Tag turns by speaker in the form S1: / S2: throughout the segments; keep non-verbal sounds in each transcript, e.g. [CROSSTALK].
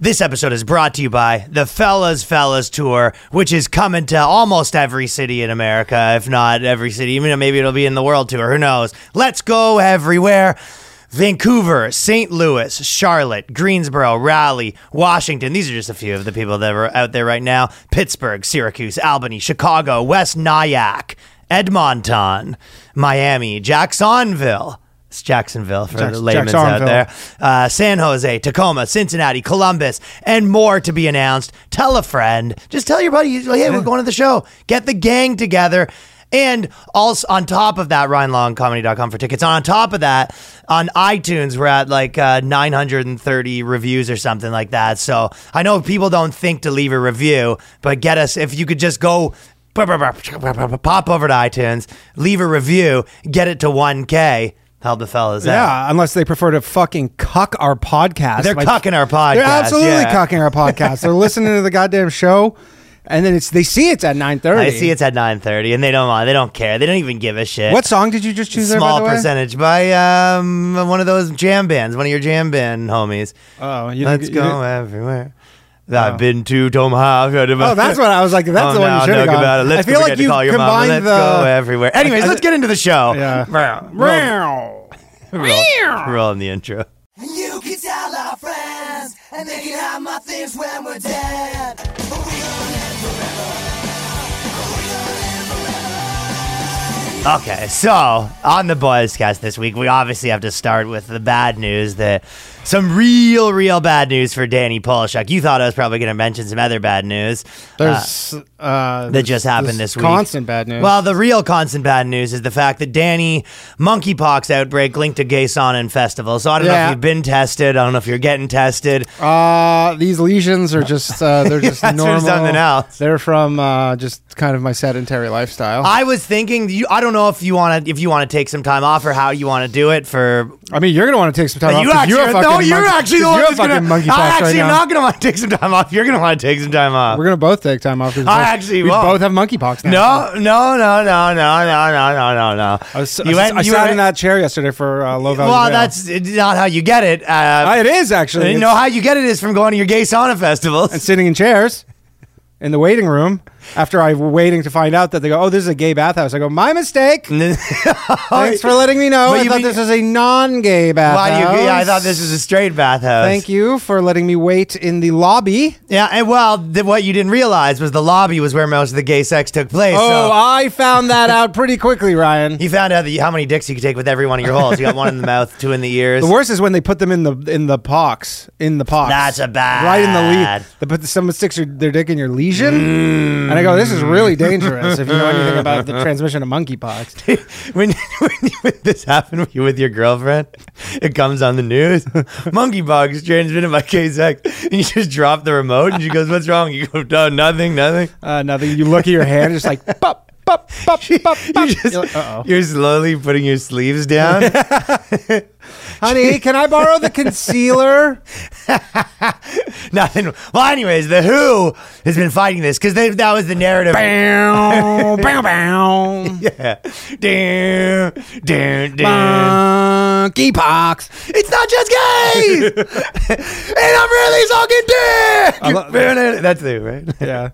S1: This episode is brought to you by the Fellas Fellas Tour, which is coming to almost every city in America, if not every city. Even though maybe it'll be in the world tour. Who knows? Let's go everywhere. Vancouver, St. Louis, Charlotte, Greensboro, Raleigh, Washington. These are just a few of the people that are out there right now. Pittsburgh, Syracuse, Albany, Chicago, West Nyack, Edmonton, Miami, Jacksonville. It's Jacksonville for the
S2: Jacks-
S1: layman's out
S2: Jacksonville.
S1: there. Uh, San Jose, Tacoma, Cincinnati, Columbus, and more to be announced. Tell a friend. Just tell your buddy, hey, we're going to the show. Get the gang together. And also on top of that, RyanLongComedy.com for tickets. And on top of that, on iTunes, we're at like uh, 930 reviews or something like that. So I know people don't think to leave a review, but get us, if you could just go pop over to iTunes, leave a review, get it to 1K, help the fellas out.
S2: Yeah, unless they prefer to fucking cuck our podcast.
S1: They're
S2: Like,
S1: cucking our podcast.
S2: They're absolutely
S1: yeah.
S2: cucking our podcast.
S1: [LAUGHS]
S2: They're listening to the goddamn show, and then it's they see it's at nine thirty.
S1: I see it's at 9:30, and they don't mind. They don't care. They don't even give a shit.
S2: What song did you just choose?
S1: small
S2: there, by the way?
S1: percentage by um one of those jam bands, one of your jam band homies?
S2: Oh, you
S1: Let's
S2: didn't- you
S1: go everywhere. I've been to Tom House.
S2: Oh,
S1: [LAUGHS]
S2: that's what I was like. That's
S1: oh,
S2: the one
S1: now
S2: you should
S1: know
S2: have
S1: about it.
S2: gone.
S1: Let's
S2: I feel
S1: forget
S2: like
S1: to
S2: you
S1: call your mom. Let's
S2: combined the.
S1: go everywhere. Anyways,
S2: I-
S1: let's get into the show. [LAUGHS]
S2: Yeah.
S1: Roll, roll, roll on the intro.
S3: You can tell our friends, and they can have my things when we're dead.
S1: Okay, so on the boys cast this week, we obviously have to start with the bad news that some real, real bad news for Danny Polishuk. You thought I was probably going to mention some other bad news. uh,
S2: There's uh,
S1: that just happened this, week.
S2: Constant bad news.
S1: Well, the real constant bad news is the fact that Danny monkeypox outbreak linked to gay sauna and festival. So I don't know
S2: Yeah.
S1: if you've been tested. I don't know if you're getting tested.
S2: Uh, these lesions are just uh,
S1: [LAUGHS]
S2: they're just
S1: That's from
S2: normal.
S1: something else.
S2: They're from uh, just kind of my sedentary lifestyle. I,
S1: I was thinking, you, I don't know if you want to if you want to take some time off or how you want to do it for
S2: mean, you're gonna want to take some time off.
S1: you
S2: 'cause
S1: actually,
S2: you're a fucking
S1: no, you're
S2: monkey-
S1: actually the
S2: 'cause
S1: one
S2: you're a
S1: that's gonna.
S2: fucking monkey
S1: I
S2: pox right
S1: actually am
S2: now.
S1: not gonna want to take some time off. You're gonna want to take some time off.
S2: We're gonna both take time off. 'cause
S1: Uh, I
S2: both-
S1: actually
S2: we
S1: won't.
S2: both have monkeypox now.
S1: [LAUGHS] no, no, no, no, no, no, no, no, no.
S2: I, was, I, was- I sat in that chair yesterday for uh, low value.
S1: Well,
S2: bail.
S1: that's not how you get it. Uh,
S2: Uh, it is actually.
S1: you
S2: It's-
S1: know how you get it is from going to your gay sauna festivals.
S2: and [LAUGHS] sitting in chairs in the waiting room after I were waiting to find out that they go, oh, this is a gay bathhouse. I go,
S1: [LAUGHS]
S2: my mistake.
S1: And then-
S2: Thanks for letting me know.
S1: But
S2: I
S1: you
S2: thought
S1: mean-
S2: this was a non-gay
S1: Why do
S2: bathhouse.
S1: you? Yeah, I thought this was a straight bathhouse.
S2: Thank you for letting me wait in the lobby.
S1: Yeah, and well, th- what you didn't realize was the lobby was where most of the gay sex took place.
S2: Oh,
S1: so
S2: I found that out pretty quickly, Ryan.
S1: you found out that you, how many dicks you could take with every one of your holes. You got one in the mouth, two in the ears.
S2: The worst is when they put them in the in the pox in the pox.
S1: That's a bad-
S2: right in the lesion. They put someone sticks your, their dick in your lesion,
S1: Mm.
S2: and I go, "This is really dangerous." if you know anything
S1: [LAUGHS]
S2: about the transmission of monkeypox,
S1: when, when, you- when this happened with you with your girlfriend, it comes on the news. [LAUGHS] Monkey box transmitted by KZX. And you just drop the remote and she goes, What's wrong? You go, "No, Nothing, nothing. [LAUGHS]
S2: uh, nothing. You look at your hand, it's like pop, pop, pop,
S1: [LAUGHS]
S2: pop,
S1: You
S2: pop. You're like,
S1: just,
S2: "Uh-oh."
S1: you're slowly putting your sleeves down. [LAUGHS]
S2: Honey, can I borrow
S1: [LAUGHS]
S2: the concealer?
S1: Nothing. Well, anyways, the WHO has been fighting this because that was the narrative.
S2: bow, bow, bow.
S1: [LAUGHS] Yeah. Damn, damn, damn.
S2: Monkeypox.
S1: It's not just gays,
S2: [LAUGHS]
S1: and I'm really sucking dick.
S2: I love-
S1: That's it, right? [LAUGHS]
S2: Yeah.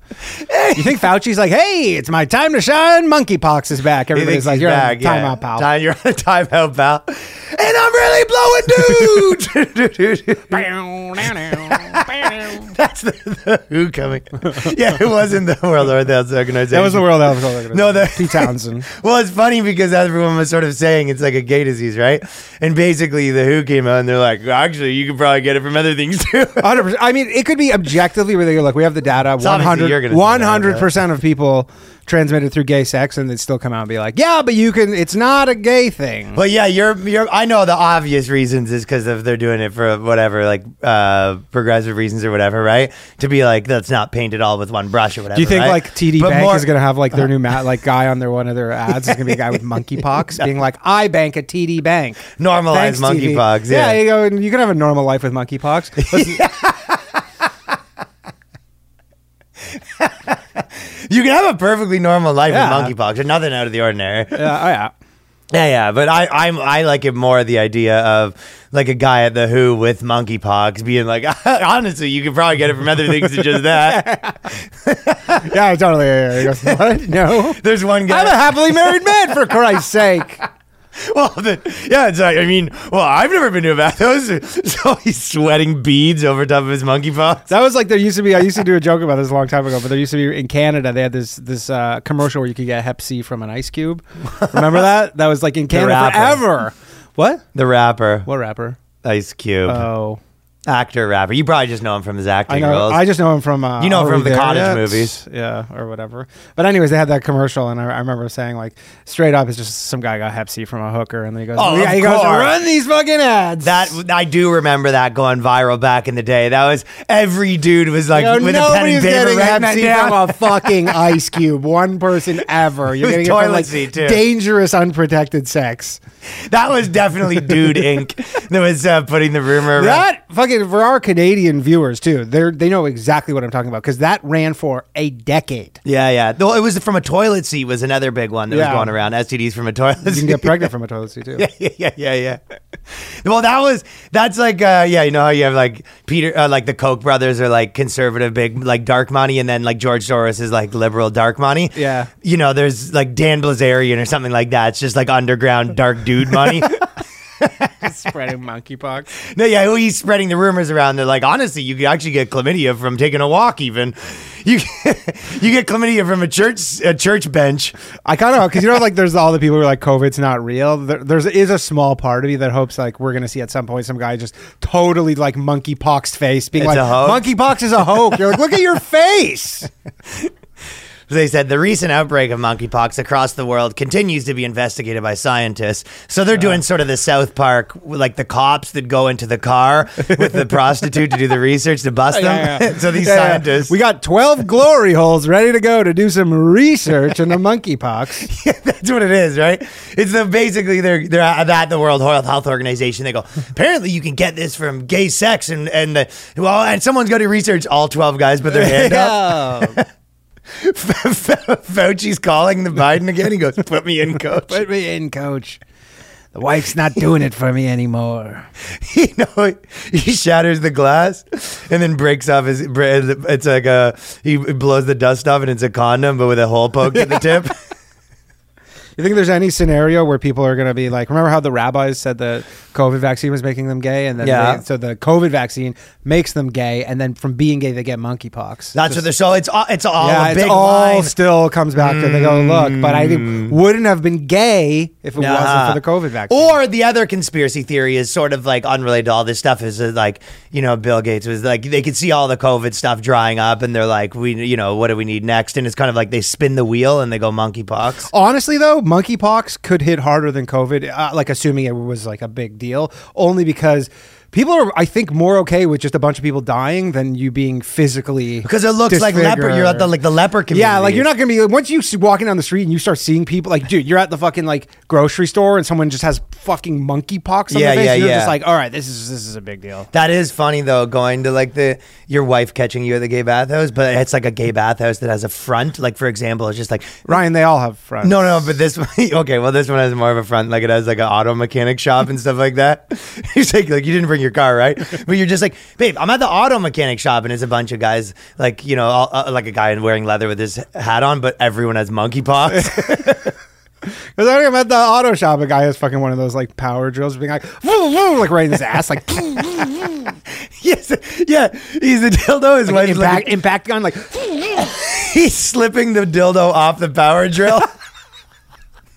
S2: You think Fauci's like, hey, it's my time to shine. Monkeypox is back.
S1: He thinks
S2: Everybody's like,
S1: he's
S2: you're
S1: back,
S2: on time
S1: yeah.
S2: out, pal.
S1: Time, you're on [LAUGHS] a timeout, pal. And I'm really blowing
S2: [LAUGHS]
S1: dudes. [LAUGHS] That's the, the who coming. [LAUGHS] yeah, it wasn't the World Health Organization.
S2: That was the World Health Organization.
S1: No, the-
S2: Pete Townsend.
S1: Well, it's funny because everyone was sort of saying it's like a gay disease, right? And basically, the WHO came out and they're like, actually, you could probably get it from other things [LAUGHS] too.
S2: 100%. I mean, it could be objectively where they go, look, we have the data.
S1: obviously you're
S2: 100,
S1: gonna say that,
S2: 100% of people transmitted through gay sex, and they still come out and be like, yeah, but you can, it's not a gay thing.
S1: But yeah, you're you're. I know the obvious reasons is because if they're doing it for whatever, like uh, progressive reasons or whatever, right? To be like that's not painted all with one brush or whatever.
S2: Do you think
S1: right?
S2: like TD
S1: But
S2: Bank
S1: more-
S2: is going to
S1: [LAUGHS]
S2: have like their new mat, like guy on their one of their ads is going to be a guy with
S1: [LAUGHS]
S2: monkeypox being like, I bank at TD Bank.
S1: normalize
S2: Thanks, TD.
S1: Oh, monkeypox?
S2: Yeah,
S1: Yeah.
S2: you go, and you can have a normal life
S1: [LAUGHS]
S2: with monkeypox. Let's-
S1: you can have a perfectly normal life
S2: Yeah.
S1: with monkeypox. There's nothing out of the ordinary.
S2: uh, yeah, oh, yeah.
S1: Yeah, yeah, but I, I'm I like it more the idea of like a guy at the Who with monkeypox being like, [LAUGHS] honestly, you could probably get it from other things than just
S2: [LAUGHS]
S1: that.
S2: Yeah, totally. Yeah, yeah. He goes, [LAUGHS] what? No.
S1: There's one guy.
S2: I'm a happily married man, for
S1: [LAUGHS]
S2: Christ's sake.
S1: Well, the, yeah, it's like, I mean, well, I've never been to a [LAUGHS] bathhouse, so he's sweating beads over top of his monkeypox.
S2: That was like there used to be. I used to do a joke about this a long time ago, but there used to be in Canada. They had this this uh, commercial where you could get Hep C from an ice cube.
S1: [LAUGHS]
S2: Remember that? That was like in Canada
S1: rapper.
S2: forever. What?
S1: The rapper,
S2: What rapper?
S1: Ice Cube,
S2: Oh,
S1: actor rapper. You probably just know him from his acting
S2: I know.
S1: roles.
S2: I just know him from uh,
S1: You know him
S2: Are
S1: from
S2: We
S1: the
S2: There
S1: cottage
S2: Yet?
S1: movies.
S2: yeah, or whatever. But anyways, they had that commercial, and I, I remember saying like straight up, it's just some guy got Hep C from a hooker, and then he goes,
S1: Oh,
S2: yeah,
S1: of
S2: he goes,
S1: course.
S2: run these fucking ads.
S1: that I do remember that going viral back in the day. That was every dude was like
S2: You know,
S1: with a pen and
S2: nobody's
S1: paper writing
S2: getting
S1: that
S2: Hep C
S1: down.
S2: from a fucking ice cube. One person
S1: [LAUGHS]
S2: ever. You're
S1: It was
S2: getting it from
S1: toilet
S2: like
S1: seat, too.
S2: dangerous unprotected sex.
S1: That was definitely
S2: [LAUGHS]
S1: Dude Inc. that was uh, putting the rumor around.
S2: That fucking for our Canadian viewers too. They they know exactly what I'm talking about because that ran for a decade.
S1: Yeah, yeah. Though it was from a toilet seat was another big one that
S2: Yeah.
S1: was going around. STDs from a toilet
S2: You
S1: seat.
S2: can get pregnant from a toilet seat
S1: [LAUGHS]
S2: too.
S1: yeah, yeah, yeah, yeah. Well, that was that's like uh, yeah, you know how you have like Peter, uh, like the Koch brothers are like conservative, big like dark money, and then like George Soros is like liberal dark money.
S2: Yeah.
S1: you know, there's like Dan Blazarian or something like that. It's just like underground dark dude
S2: [LAUGHS]
S1: money.
S2: Spreading monkeypox.
S1: no, yeah, well, he's spreading the rumors around that like honestly, you could actually get chlamydia from taking a walk. Even you, [LAUGHS] you get chlamydia from a church a church bench.
S2: I kind of because you know like there's all the people who are like COVID's not real. There, there's is a small part of you that hopes like we're gonna see at some point some guy just totally like monkeypoxed face being
S1: It's
S2: like
S1: a hoax.
S2: monkeypox is a hoax. You're like look at your face.
S1: They said the recent outbreak of monkeypox across the world continues to be investigated by scientists. So
S2: Uh-huh.
S1: they're doing sort of the South Park, like the cops that go into the car with
S2: [LAUGHS]
S1: the prostitute to do the research to bust
S2: Yeah,
S1: them.
S2: [LAUGHS]
S1: [LAUGHS]
S2: yeah.
S1: so these
S2: Yeah, yeah.
S1: scientists,
S2: We got 12 glory holes ready to go to do some research into [LAUGHS]
S1: [LAUGHS]
S2: monkeypox.
S1: that's what it is, right? It's the, basically they're they're at the World Health Organization. They go, apparently you can get this from gay sex and and the, well, and someone's going to research all twelve guys, but their hand up. [LAUGHS]
S2: uh, [LAUGHS]
S1: Fauci's calling the Biden again. He goes, "Put me in, coach." [LAUGHS]
S2: Put me in, coach. The wife's not doing it for me anymore.
S1: you know, he shatters the glass and then breaks off his. It's like a he blows the dust off and it's a condom, but with a hole poked
S2: [LAUGHS]
S1: at the tip.
S2: You think there's any scenario where people are going to be like, remember how the rabbis said the COVID vaccine was making them gay? And then,
S1: Yeah.
S2: they- so the COVID vaccine makes them gay. And then from being gay, they get monkeypox.
S1: That's what they're so. It's all. It's all
S2: yeah,
S1: a
S2: it's
S1: big
S2: all
S1: line.
S2: still comes back to they go look, but I wouldn't have been gay if it
S1: Uh-huh.
S2: wasn't for the COVID vaccine.
S1: Or the other conspiracy theory is sort of like unrelated to all this stuff is that like, you know, Bill Gates was like, they could see all the COVID stuff drying up and they're like, we, you know, what do we need next? And it's kind of like they spin the wheel and they go monkeypox.
S2: Honestly, though, monkeypox could hit harder than COVID. Uh, like, assuming it was like a big deal, only because people are, I think, more okay with just a bunch of people dying than you being physically
S1: Because it looks like leper.
S2: disfigured.
S1: You're at the like the leper community.
S2: Yeah, like you're not gonna be once you s- walking down the street and you start seeing people. Like, dude, you're at the fucking like grocery store and someone just has fucking monkeypox on
S1: Yeah,
S2: their face.
S1: yeah,
S2: you're
S1: yeah.
S2: just like, all right, this is this is a big deal.
S1: That is funny though, going to like the your wife catching you at the gay bathhouse, but it's like a gay bathhouse that has a front. Like for example, it's just like
S2: Ryan, they all have friends.
S1: no, no, but this one, [LAUGHS] okay, well this one has more of a front. Like it has like an auto mechanic shop and stuff like that. [LAUGHS] You're like, like you didn't bring your car, right? But you're just like, babe, I'm at the auto mechanic shop, and it's a bunch of guys, like you know, all, uh, like a guy wearing leather with his hat on, but everyone has monkeypox. [LAUGHS]
S2: Because I remember at the auto shop, a guy has fucking one of those like power drills, being like, [LAUGHS] "Vroom, vroom," like right in his ass, like. [LAUGHS]
S1: yes, yeah, he's a dildo. His wife's like,
S2: impact, impact gun, like
S1: [LAUGHS] he's slipping the dildo off the power drill.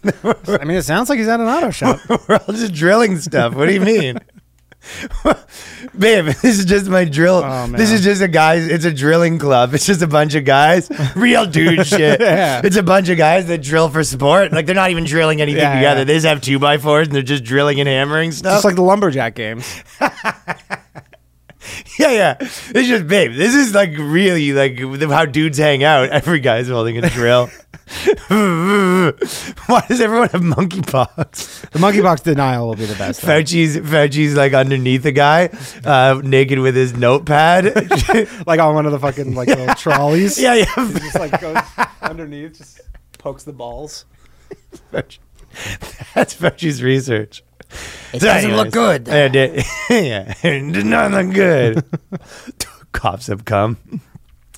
S2: [LAUGHS] I mean, it sounds like he's at an auto [LAUGHS] shop.
S1: [LAUGHS] We're all just drilling stuff. What do you mean? [LAUGHS] Babe, [LAUGHS] this is just my drill.
S2: Oh, man.
S1: this is just a guys. It's a drilling club. It's just a bunch of
S2: [LAUGHS]
S1: guys, real dude shit.
S2: Yeah.
S1: It's a bunch of guys that drill for sport. Like they're not even drilling anything
S2: Yeah,
S1: together.
S2: yeah.
S1: They just have two by fours and they're just drilling and hammering stuff. [LAUGHS]
S2: Just like the lumberjack games.
S1: yeah, yeah. It's just, babe. This is like really like how dudes hang out. [LAUGHS] Every guy's holding a drill. [LAUGHS] Why does everyone have monkeypox?
S2: The monkeypox denial will be the best. though.
S1: Fauci's Fauci's like underneath the guy, uh, naked with his
S2: [LAUGHS]
S1: notepad.
S2: Like on one of the fucking like [LAUGHS] little trolleys.
S1: yeah, yeah. [LAUGHS]
S2: Just like goes underneath, just pokes the balls.
S1: That's Fauci's research.
S4: It doesn't look good.
S1: I did, [LAUGHS] yeah, it did not look good. [LAUGHS] Cops have come.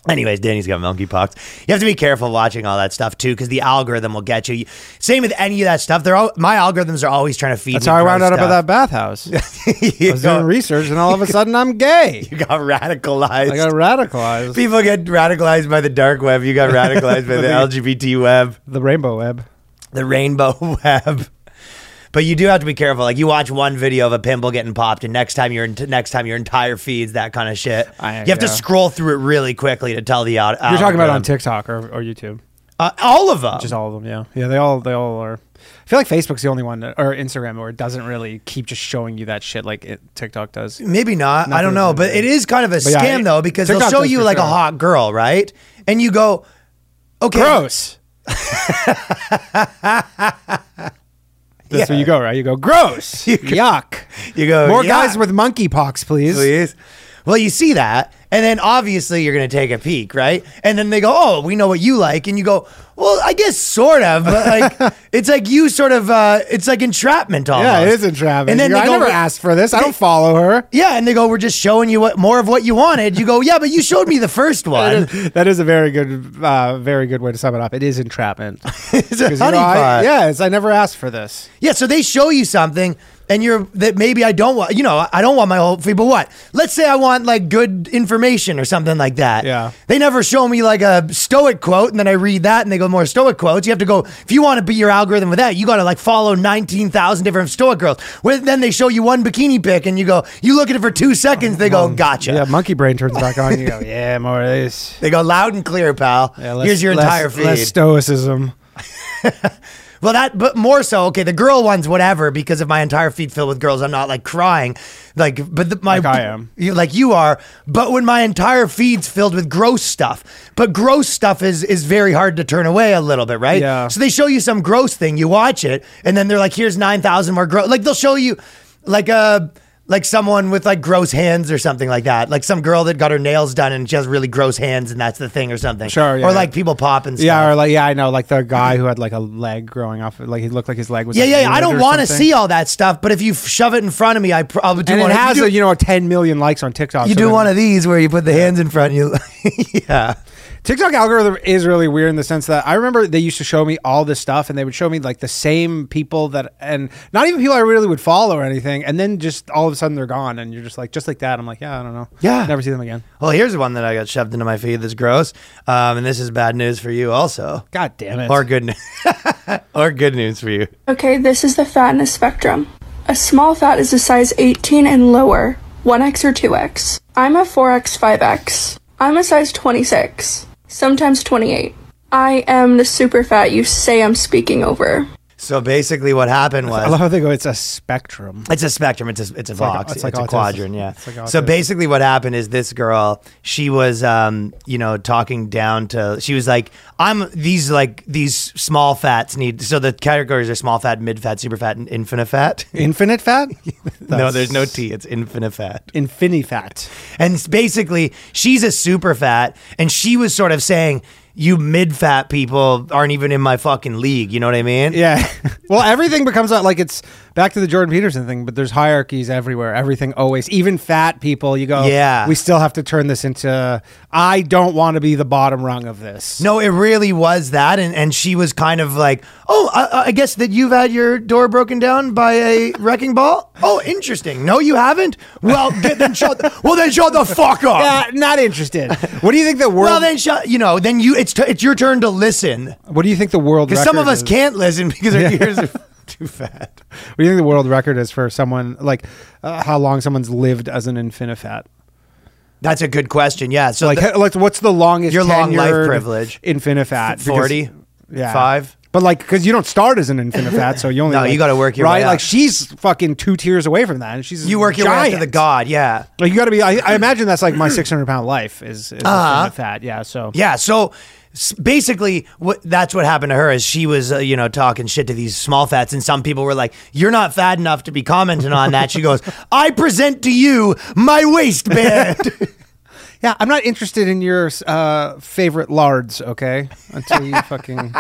S1: Anyways, Danny's got monkeypox. You have to be careful watching all that stuff too, because the algorithm will get you. Same with any of that stuff. They're all my algorithms are always trying to feed.
S2: That's
S1: me
S2: how I
S1: gross
S2: wound out
S1: stuff.
S2: about that bathhouse. [LAUGHS] I
S1: that. [LAUGHS] you,
S2: was doing
S1: got,
S2: research, and all of a sudden, I'm gay.
S1: you got radicalized.
S2: I got radicalized.
S1: People get radicalized by the dark web. You got radicalized
S2: [LAUGHS]
S1: by the LGBT web,
S2: The rainbow web.
S1: the rainbow [LAUGHS] web. But you do have to be careful. Like you watch one video of a pimple getting popped, and next time your next time your entire feeds that kind of shit.
S2: I-
S1: you have to
S2: yeah.
S1: scroll through it really quickly to tell the out.
S2: You're talking about on TikTok or, or YouTube.
S1: uh, all of them.
S2: Just all of them, yeah. Yeah, they all they all are. I feel like Facebook's the only one that, or Instagram or it doesn't really keep just showing you that shit like it, TikTok does.
S1: Maybe not. I don't know. But it is kind of a
S2: But yeah,
S1: scam
S2: it-
S1: though, because
S2: TikTok
S1: they'll show
S2: does
S1: you
S2: for
S1: like a
S2: sure.
S1: hot girl, right? And you go, okay, [LAUGHS]
S2: Gross. That's where you go, right? You
S1: [LAUGHS]
S2: go, gross. Yuck.
S1: You go,
S2: More
S1: "Yuck."
S2: guys with monkeypox, please.
S1: please. Well, you see that, and then obviously you're going to take a peek, right? And then they go, "Oh, we know what you like," and you go, "Well, I guess sort of,
S2: [LAUGHS]
S1: but like it's like you sort of, uh, it's like entrapment almost."
S2: Yeah, it is entrapment.
S1: And then
S2: You go,
S1: they go,
S2: I never
S1: "We're-"
S2: asked for this. I
S1: they-
S2: don't follow
S1: [LAUGHS]
S2: her.
S1: Yeah, and they go, "We're just showing you what more of what you wanted." You go, "Yeah, but you showed me the
S2: [LAUGHS]
S1: first one."
S2: That is a very good, uh, very good way to sum it up. It is
S1: [LAUGHS]
S2: entrapment.
S1: it's a
S2: 'Cause, you
S1: honey
S2: know, I-
S1: pot. yeah.
S2: yes, I never asked for this.
S1: so they show you something. And you're that maybe I don't want you know I don't want my whole feed, but what? Let's say I want like good information or something like that.
S2: Yeah.
S1: They never show me like a stoic quote, and then I read that, and they go more stoic quotes. You have to go if you want to beat your algorithm with that, you got to like follow nineteen thousand different stoic girls. Where then they show you one bikini pic, and you go, you look at it for two seconds, they go, gotcha.
S2: Yeah, monkey brain turns back on.
S1: [LAUGHS]
S2: You go, yeah, more of this.
S1: They go loud and clear, pal.
S2: Yeah, less-
S1: Here's your
S2: less-
S1: entire feed.
S2: Less stoicism.
S1: Well, that, but more so, okay, the girl ones, whatever, because if my entire feed filled with girls, I'm not like crying, like, but the, my,
S2: Like I am.
S1: you, like you are. But when my entire feed's filled with gross stuff, but gross stuff is is very hard to turn away a little bit, right?
S2: Yeah.
S1: So they show you some gross thing, you watch it, and then they're like, here's nine thousand more gross. Like they'll show you, like a. Like someone with like gross hands or something like that. Like some girl that got her nails done and she has really gross hands and that's the thing or something.
S2: Sure, yeah.
S1: Or like people pop and stuff.
S2: Yeah, or like yeah, I know, like the guy who had like a leg growing off, like he looked like his leg was.
S1: Yeah,
S2: like,
S1: yeah, yeah. I
S2: wounded
S1: don't
S2: or
S1: want to
S2: something.
S1: see all that stuff, but if you f- shove it in front of me, I pr- I'll do
S2: And
S1: one.
S2: it
S1: of-
S2: has
S1: you
S2: a,
S1: do,
S2: you know 10 million likes on TikTok.
S1: you
S2: so
S1: do
S2: then-
S1: one of these where you put the hands in front. And you, [LAUGHS] yeah.
S2: TikTok algorithm is really weird in the sense that I remember they used to show me all this stuff and they would show me like the same people that and not even people I really would follow or anything, and then just all of a sudden they're gone and you're just like just like that. I'm like, yeah, I don't know.
S1: Yeah.
S2: never see them again.
S1: Well, here's one that I got shoved into my feed that's gross, um, and this is bad news for you also,
S2: God damn it.
S1: or good news, [LAUGHS] or good news for you.
S5: Okay, this is the fatness spectrum. A small fat is a size 18 and lower, 1x or 2x. I'm a 4x, 5x. I'm a size 26, sometimes 28. I am the super fat you say I'm speaking over.
S1: So basically, what happened was
S2: I love how they go. It's a spectrum.
S1: It's a spectrum. It's a it's a
S2: like-
S1: box. it's
S2: it's like
S1: a
S2: autism.
S1: quadrant. Yeah.
S2: It's like
S1: so
S2: autism.
S1: basically, what happened is this girl. She was, um, you know, talking down to. She was like, "I'm these like these small fats need." So the categories are small fat, mid fat, super fat, and infinite fat.
S2: Infinite fat?
S1: [LAUGHS] no, there's no T. It's infinite fat.
S2: Infinity fat.
S1: And s- basically, she's a super fat, and she was sort of saying, "You mid fat people aren't even in my fucking league." You know what I mean?
S2: Yeah. [LAUGHS] well, everything becomes uh, like it's back to the Jordan Peterson thing, but there's hierarchies everywhere. Everything always, even fat people, you go,
S1: Yeah.
S2: we still have to turn this into, I don't want to be the bottom rung of this.
S1: No, it really was that, and, and she was kind of like, "Oh, I, I guess that you've had your door broken down by a wrecking ball. Oh, interesting. No, you haven't.
S2: [LAUGHS]
S1: Well, get, then shut. Well, then shut the fuck up.
S2: Uh,
S1: [LAUGHS]
S2: not interested. what do you think the world?
S1: Well, then shut. You know, then you. It's t- it's your turn to listen
S2: what do you think the world?
S1: because some of
S2: record
S1: us
S2: is-
S1: can't listen because our ears are [LAUGHS] too fat.
S2: What do you think the world record is for someone like uh, how long someone's lived as an infinifat?
S1: That's a good question. Yeah. So
S2: Like,
S1: the-
S2: h- like what's the longest
S1: Your long life
S2: tenured
S1: privilege.
S2: infinifat? Because-
S1: 40?
S2: yeah,
S1: Five?
S2: But like, because you don't start as an
S1: [LAUGHS]
S2: infinifat, so you only
S1: No,
S2: like-
S1: you gotta work your
S2: right.
S1: way up.
S2: Like she's fucking two tiers away from that, and she's
S1: you work your way up to the
S2: giant.
S1: god. Yeah.
S2: Like you got to be. I, I imagine that's like my six hundred pound life is, is
S1: Uh-huh.
S2: infinifat. Yeah, so
S1: Yeah. So s- basically, what that's what happened to her is she was, uh, you know, talking shit to these small fats, and some people were like, "You're not fat enough to be commenting on that." She goes, [LAUGHS] "I present to you my waistband."
S2: yeah. I'm not interested in your
S1: [LAUGHS]
S2: uh, favorite lards. Okay, until you fucking.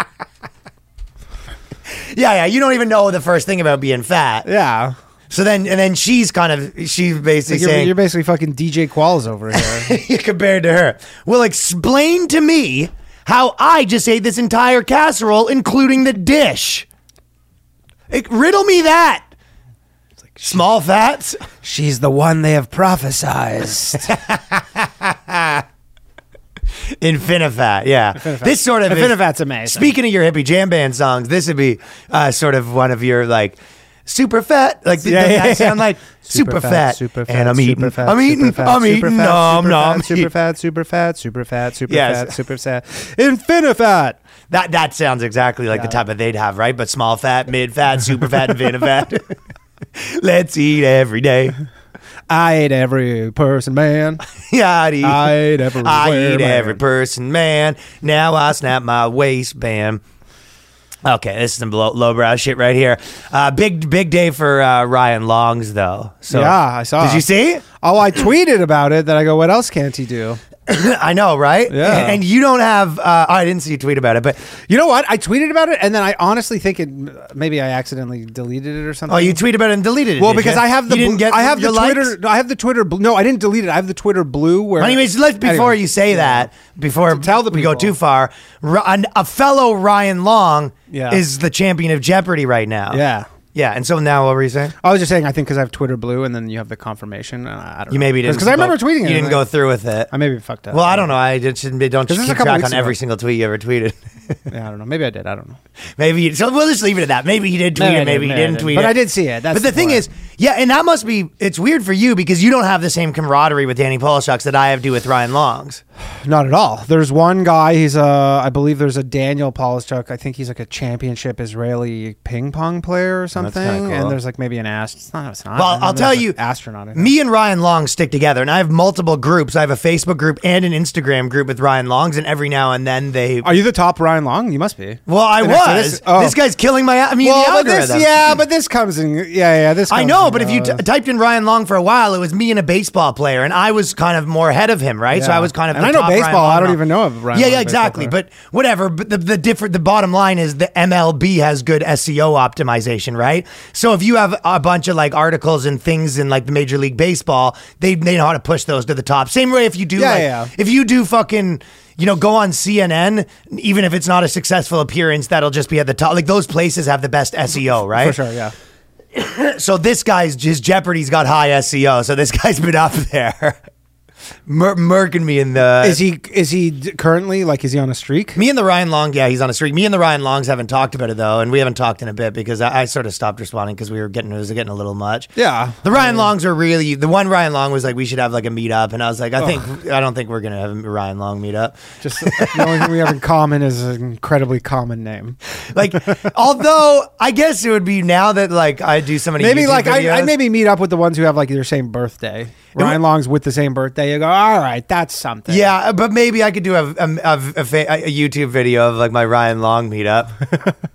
S1: yeah, yeah. You don't even know the first thing about being fat.
S2: Yeah.
S1: So then, and then she's kind of she's basically
S2: You're,
S1: saying
S2: you're basically fucking DJ Qualls over
S1: [LAUGHS]
S2: here.
S1: compared to her will explain to me how I just ate this entire casserole, including the dish. It, riddle me that. Small fats.
S2: She's the one they have prophesized.
S1: Infinifat, yeah. This sort of is-
S2: Infinifat's amazing.
S1: Speaking of your hippie jam band songs, this would be uh, sort of one of your like super fat, like yeah,
S2: Yeah,
S1: that
S2: yeah, yeah.
S1: sound like super, fat,
S2: super fat,
S1: and I'm
S2: super
S1: eating,
S2: fat,
S1: I'm
S2: super
S1: eating,
S2: fat,
S1: I'm
S2: super
S1: eating,
S2: fat,
S1: nom
S2: super
S1: nom.
S2: fat,
S1: [LAUGHS]
S2: super fat, super fat, super fat, super
S1: Yes.
S2: fat, super fat, infinifat.
S1: That that sounds exactly like the type of they'd have, right? But small fat, mid fat, super
S2: [LAUGHS]
S1: fat, and thin fat. [LAUGHS] Let's eat every day. [LAUGHS]
S2: I ate every person, man.
S1: Yeah, I'd eat. [LAUGHS]
S2: I ate everywhere,
S1: I eat
S2: man.
S1: every person, man. Now I snap my waistband. Okay, this is some low, lowbrow shit right here. Uh, big big day for uh, Ryan Longs though. So
S2: Yeah, I saw.
S1: Did you see? [CLEARS THROAT]
S2: Oh, I tweeted about it. That I go, what else can't he do?
S1: I know, right?
S2: Yeah.
S1: And you don't have. Uh, I didn't see you tweet about it, but
S2: You know what? I tweeted about it, and then I honestly think it. Maybe I accidentally deleted it or something.
S1: oh, you tweeted about it and deleted it.
S2: Well,
S1: did
S2: because
S1: you?
S2: I have the
S1: You didn't
S2: bl-
S1: get
S2: I have the
S1: your likes?
S2: Twitter. No, I have the Twitter. Bl- no, I didn't delete it. I have the Twitter blue. Where
S1: Anyways, let's before
S2: Anyway.
S1: you say that, before
S2: tell the
S1: we go
S2: people.
S1: too far, Ri- an, a fellow Ryan Long
S2: Yeah.
S1: is the champion of Jeopardy right now.
S2: Yeah.
S1: yeah. And so now, what were you saying?
S2: I was just saying, I think because I have Twitter blue, and then you have the confirmation. And I I don't
S1: You maybe didn't
S2: because I remember
S1: go-
S2: tweeting it.
S1: You didn't
S2: and
S1: go
S2: I-
S1: through with it.
S2: I maybe fucked up.
S1: well, I don't know. I just shouldn't be. Don't
S2: This is a
S1: keep
S2: couple
S1: track
S2: weeks
S1: on every
S2: ago.
S1: single tweet you ever tweeted. [LAUGHS]
S2: Yeah, I don't know. Maybe I did. I don't know.
S1: maybe you, so. We'll just leave it at that. Maybe he did tweet
S2: Maybe I
S1: it.
S2: did,
S1: Maybe he
S2: maybe I
S1: didn't
S2: did.
S1: tweet it.
S2: But I did see it. That's
S1: but the
S2: the
S1: thing
S2: point.
S1: is, yeah, and that must be. It's weird for you because you don't have the same camaraderie with Danny Polishuk that I have do with Ryan Longs.
S2: Not at all. There's one guy. He's a. I believe there's a Daniel Polishchuk. I think he's like a championship Israeli ping pong player or something.
S1: kinda cool.
S2: And there's like maybe an ast. It's not. It's not.
S1: Well, I'll
S2: there's
S1: tell
S2: an
S1: you,
S2: astronaut. I think.
S1: Me and Ryan Long stick together, and I have multiple groups. I have a Facebook group and an Instagram group with Ryan Longs, and every now and then they.
S2: Are you the top Ryan Long? You must be.
S1: Well, I
S2: And after
S1: was. This,
S2: This, oh.
S1: guy's killing my. I mean, the
S2: Well, but
S1: algorithm.
S2: this, yeah, but this comes in. Yeah, yeah. This.
S1: I
S2: comes
S1: know,
S2: in,
S1: but if you
S2: uh,
S1: t- typed in Ryan Long for a while, it was me and a baseball player, and I was kind of more ahead of him, right? So
S2: Yeah.
S1: I was kind of.
S2: And
S1: the
S2: I know
S1: top Ryan
S2: baseball, I
S1: Long
S2: don't
S1: now.
S2: even know of Ryan
S1: Yeah,
S2: Long
S1: yeah,
S2: baseball
S1: exactly.
S2: player.
S1: But whatever. But the the different the bottom line is the MLB has good SEO optimization, right? So if you have a bunch of like articles and things in like the Major League Baseball, they they know how to push those to the top. Same way if you do,
S2: Yeah,
S1: like,
S2: yeah.
S1: if you do fucking. You know, go on CNN, even if it's not a successful appearance, that'll just be at the top. Like those places have the best SEO, right?
S2: for sure, yeah.
S1: So this guy's his Jeopardy's got high SEO. So this [LAUGHS] guy's been up there, mur- murking me in the.
S2: Is he? Is he d- currently like? Is he on a streak?
S1: me and the Ryan Long, yeah, he's on a streak. Me and the Ryan Longs haven't talked about it though, and we haven't talked in a bit because I, I sort of stopped responding because we were getting it was getting a little much.
S2: Yeah.
S1: the Ryan Longs are really the one. Ryan Long was like, we should have like a meetup, and I was like, I think I don't think we're gonna have a Ryan Long meetup.
S2: Just the only thing we have in common is an incredibly common name.
S1: Like, [LAUGHS] although I guess it would be now that like I do so many
S2: Maybe
S1: YouTube
S2: like I, I
S1: videos.
S2: maybe meet up with the ones who have like their same birthday. Ryan Long's with the same birthday. You go, all right, that's something.
S1: Yeah, uh, but maybe I could do a, a, a, a, fa- a YouTube video of like my Ryan Long meetup. [LAUGHS]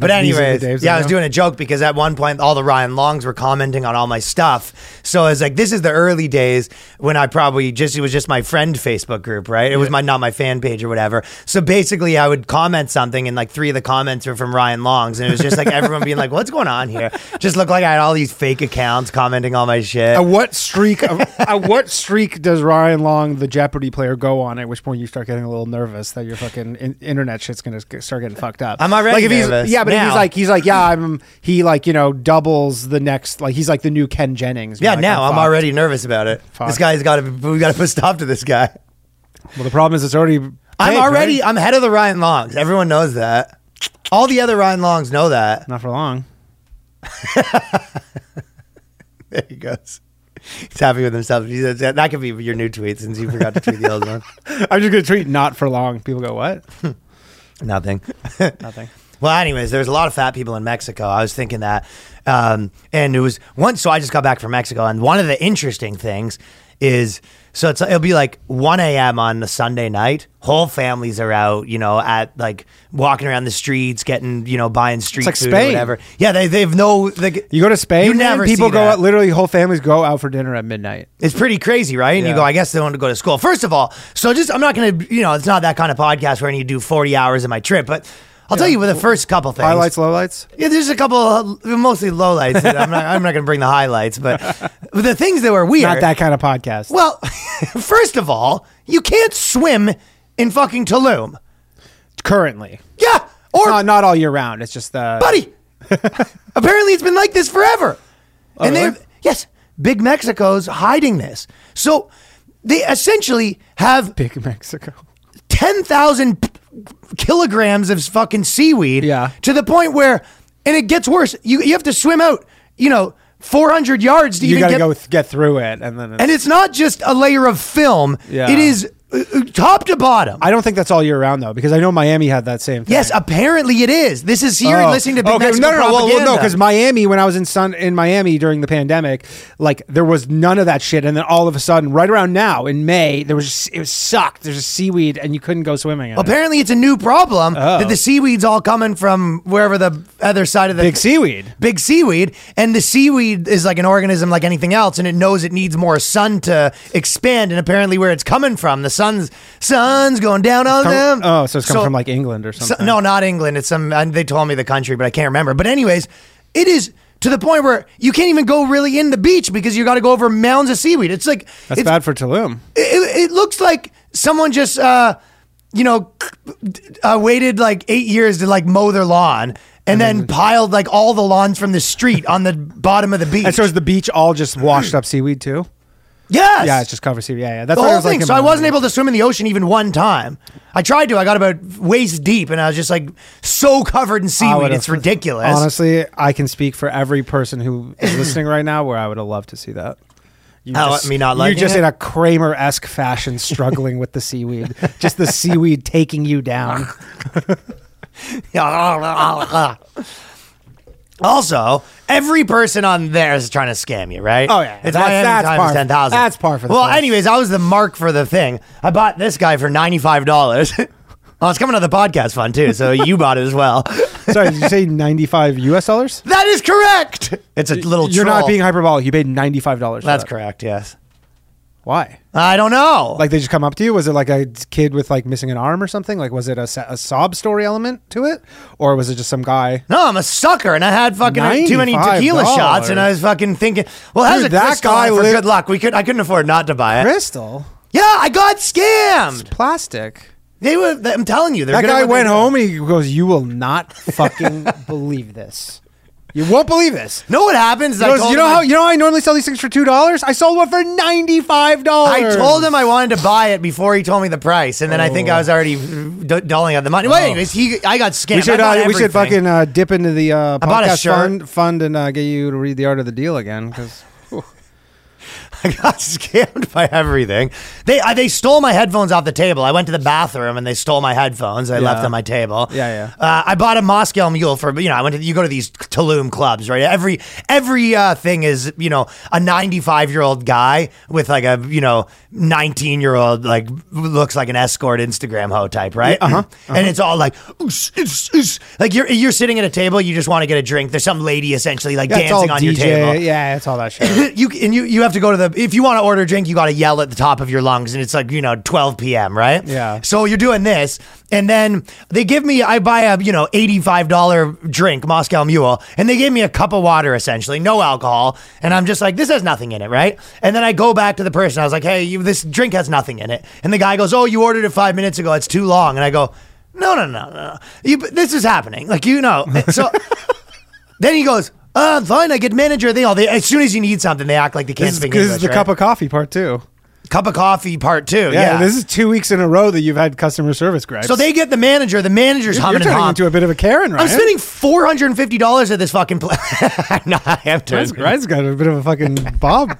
S1: But
S2: These are the
S1: anyways,
S2: days
S1: yeah, I was
S2: ago.
S1: doing a joke because at one point all the Ryan Longs were commenting on all my stuff. So I was like, this is the early days when I probably just it was just my friend Facebook group, right? It was my not my fan page or whatever. So basically, I would comment something, and like three of the comments were from Ryan Longs, and it was just like everyone being like, [LAUGHS] "What's going on here?" Just looked like I had all these fake accounts commenting all my shit.
S2: At uh, what streak? [LAUGHS] at what streak does Ryan Long, the Jeopardy player, go on? At which point you start getting a little nervous that your fucking in- internet shit's gonna s- start getting fucked up.
S1: I'm already
S2: like if
S1: nervous
S2: he's yeah, but if
S1: now.
S2: he's like he's like yeah, I'm he like you know doubles the next like he's like the new Ken Jennings.
S1: Yeah,
S2: Like,
S1: now I'm,
S2: fucked.
S1: already nervous about it. This
S2: Fucked.
S1: guy's got to. We got to put a stop to this guy.
S2: Well, the problem is it's already.
S1: I'm
S2: taped,
S1: already.
S2: right?
S1: I'm head of the Ryan Longs. Everyone knows that. All the other Ryan Longs know that. [LAUGHS]
S2: not for long.
S1: There he goes. He's happy with himself. He says, that that could be your new tweet since you forgot to tweet the old one.
S2: I'm just gonna tweet not for long. People go what?
S1: Nothing. [LAUGHS]
S2: Nothing.
S1: Well, anyways, there's a lot of fat people in Mexico. I was thinking that, um, and it was once. So I just got back from Mexico, and one of the interesting things is so it's it'll be like 1 a.m. on the Sunday night. Whole families are out, you know, at like walking around the streets, getting you know, buying street
S2: like
S1: food or
S2: Spain.
S1: whatever. Yeah, they they've no. They,
S2: You go to Spain,
S1: You
S2: man,
S1: never
S2: people
S1: see
S2: go
S1: that.
S2: out. Literally, whole families go out for dinner at midnight.
S1: It's pretty crazy, right? And you
S2: Yeah.
S1: go, I guess they want to go to school. First of all, so just I'm not going to, you know, it's not that kind of podcast where I need to do 40 hours of my trip, but I'll tell you with the first couple things.
S2: Highlights, lowlights.
S1: Yeah, there's a couple, of, mostly
S2: [LAUGHS]
S1: lowlights. that I'm not, I'm not going to bring the highlights, but [LAUGHS] the things that were weird.
S2: Not that kind of podcast.
S1: Well, [LAUGHS] first of all, you can't swim in fucking Tulum.
S2: Currently,
S1: Yeah, or
S2: not, not all year round. It's just uh, the
S1: buddy. [LAUGHS] Apparently, it's been like this forever. and
S2: Oh, really?
S1: they're yes, Big Mexico's hiding this. So they essentially have
S2: big [LAUGHS] Mexico.
S1: ten thousand kilograms of fucking seaweed.
S2: Yeah.
S1: To the point where, and it gets worse. You you have to swim out. You know, four hundred yards to
S2: You
S1: even
S2: got to
S1: get.
S2: go th- get through it, and then. It's,
S1: and it's not just a layer of film.
S2: Yeah.
S1: It is uh, uh, top to bottom.
S2: I don't think that's all year round though, because I know Miami had that same. thing.
S1: yes, apparently it is. This is here
S2: Oh,
S1: listening to Big
S2: okay,
S1: Mexico
S2: no, no, no, well, well, no,
S1: propaganda.
S2: because Miami, when I was in sun in Miami during the pandemic, like there was none of that shit, and then all of a sudden, right around now in May, there was just, it was sucked. There's just seaweed, and you couldn't go swimming. in it.
S1: Apparently, it's a new problem
S2: Oh.
S1: that the seaweed's all coming from wherever the other side of the
S2: big seaweed.
S1: big seaweed, and the seaweed is like an organism like anything else, and it knows it needs more sun to expand. And apparently, where it's coming from, the sun's sun's going down on them.
S2: Come- oh, so it's coming from like England or
S1: so-
S2: something.
S1: no, not England. It's some. and They told me the country, but I can't remember. But anyways, it is. To the point where you can't even go really in the beach because you got to go over mounds of seaweed. It's like
S2: that's
S1: it's
S2: bad for Tulum.
S1: it, it looks like someone just uh you know uh, waited like eight years to like mow their lawn and
S2: Mm-hmm.
S1: then piled like all the lawns from the street on the bottom of the beach.
S2: And so is the beach all just washed up seaweed too?
S1: Mm. yes,
S2: Yeah, it's just covered seaweed. Yeah, yeah. That's
S1: the
S2: what it
S1: whole
S2: was like
S1: thing.
S2: in
S1: so I wasn't
S2: Miami.
S1: able to swim in the ocean even one time. I tried to. I got about waist deep, and I was just like so covered in
S2: I
S1: seaweed.
S2: would've-
S1: It's ridiculous.
S2: Honestly, I can speak for every person who
S1: [LAUGHS]
S2: is listening right now where I would have loved to see that. You
S1: Oh, me not
S2: You're
S1: liking
S2: just
S1: it?
S2: in a Kramer esque fashion struggling with
S1: [LAUGHS]
S2: the seaweed. Just the seaweed taking you down.
S1: [LAUGHS] Also, every person on there is trying to scam you, right?
S2: Oh, yeah.
S1: it's
S2: That's-
S1: Miami
S2: that's
S1: times
S2: par-
S1: ten thousand.
S2: that's par for the
S1: Well,
S2: course.
S1: anyways, I was the mark for the thing. I bought this guy for ninety five dollars. [LAUGHS] well, it's coming to the podcast fund too, so you bought it as
S2: [LAUGHS]
S1: well.
S2: Sorry, did you say ninety five US dollars?
S1: That is correct. It's a little.
S2: You're not
S1: troll.
S2: being hyperbolic. You paid ninety five dollars.
S1: That's
S2: that.
S1: correct. Yes.
S2: Why?
S1: I don't know.
S2: Like they just come up to you? Was it like a kid with like missing an arm or something? Like was it a, sa- a sob story element to it, or was it just some guy?
S1: no, I'm a sucker, and I had fucking too many tequila
S2: $95.
S1: shots, and I was fucking thinking, well, how's
S2: Dude,
S1: it
S2: that
S1: crystal
S2: guy
S1: for
S2: lit-
S1: good luck? We could, I couldn't afford not to buy it.
S2: Crystal
S1: Yeah, I got scammed.
S2: plastic.
S1: They were. I'm telling you, they're
S2: That
S1: good at
S2: guy
S1: what they
S2: went
S1: do.
S2: home and he goes, "You will
S1: [LAUGHS]
S2: not fucking believe this. You won't believe this."
S1: Know what happens? is
S2: He
S1: I
S2: goes,
S1: told
S2: you know
S1: him I-
S2: how you know how I normally sell these things for two dollars? I sold one for ninety five dollars.
S1: I told him I wanted to buy it before he told me the price, and then I
S2: Oh.
S1: think I was already d- doling out the money. Well, anyways, he I got scammed.
S2: we should
S1: I bought
S2: uh, we should
S1: everything.
S2: fucking uh, dip into the uh,
S1: bought a
S2: podcast
S1: shirt.
S2: fund, fund and uh, get you to read the art of the deal again because
S1: [LAUGHS] I got scammed by everything. They uh, they stole my headphones off the table. I went to the bathroom and they stole my headphones. I left on my table.
S2: Yeah,
S1: yeah. Uh, I bought a Moscow Mule for you know. I went to you go to these Tulum clubs, right? Every every uh, thing is you know a ninety five year old guy with like a you know nineteen year old like looks like an escort Instagram hoe type, right? uh-huh, And it's all like "Oosh, oosh, oosh." like you're you're sitting at a table, you just want to get a drink. There's some lady essentially like
S2: yeah, it's all
S1: dancing on
S2: DJ.
S1: your table
S2: Yeah, it's all
S1: [LAUGHS]
S2: that shit.
S1: you and you you have to go to the if you want to order a drink you got to yell at the top of your lungs and it's like you know 12 p.m right
S2: Yeah.
S1: so you're doing this and then they give me i buy a you know $85 drink moscow mule and they gave me a cup of water essentially no alcohol and i'm just like this has nothing in it right and then i go back to the person i was like hey you, this drink has nothing in it and the guy goes oh you ordered it five minutes ago it's too long and i go no no no no no you, this is happening like you know so then he goes, uh, fine, I get manager. They all they as soon as you need something, they act like they can't
S2: this is,
S1: speak
S2: this
S1: English.
S2: is the
S1: right?
S2: cup of coffee part two.
S1: cup of coffee part two. Yeah.
S2: Yeah, this is two weeks in a row that you've had customer service gripes.
S1: so they get the manager. The manager's
S2: you're
S1: humming and
S2: turning
S1: hawing.
S2: into a bit of a Karen, right?
S1: I'm spending four hundred and fifty dollars at this fucking [LAUGHS] place. no, I have to.
S2: Ryan's, Ryan's got a bit of a fucking [LAUGHS] bob.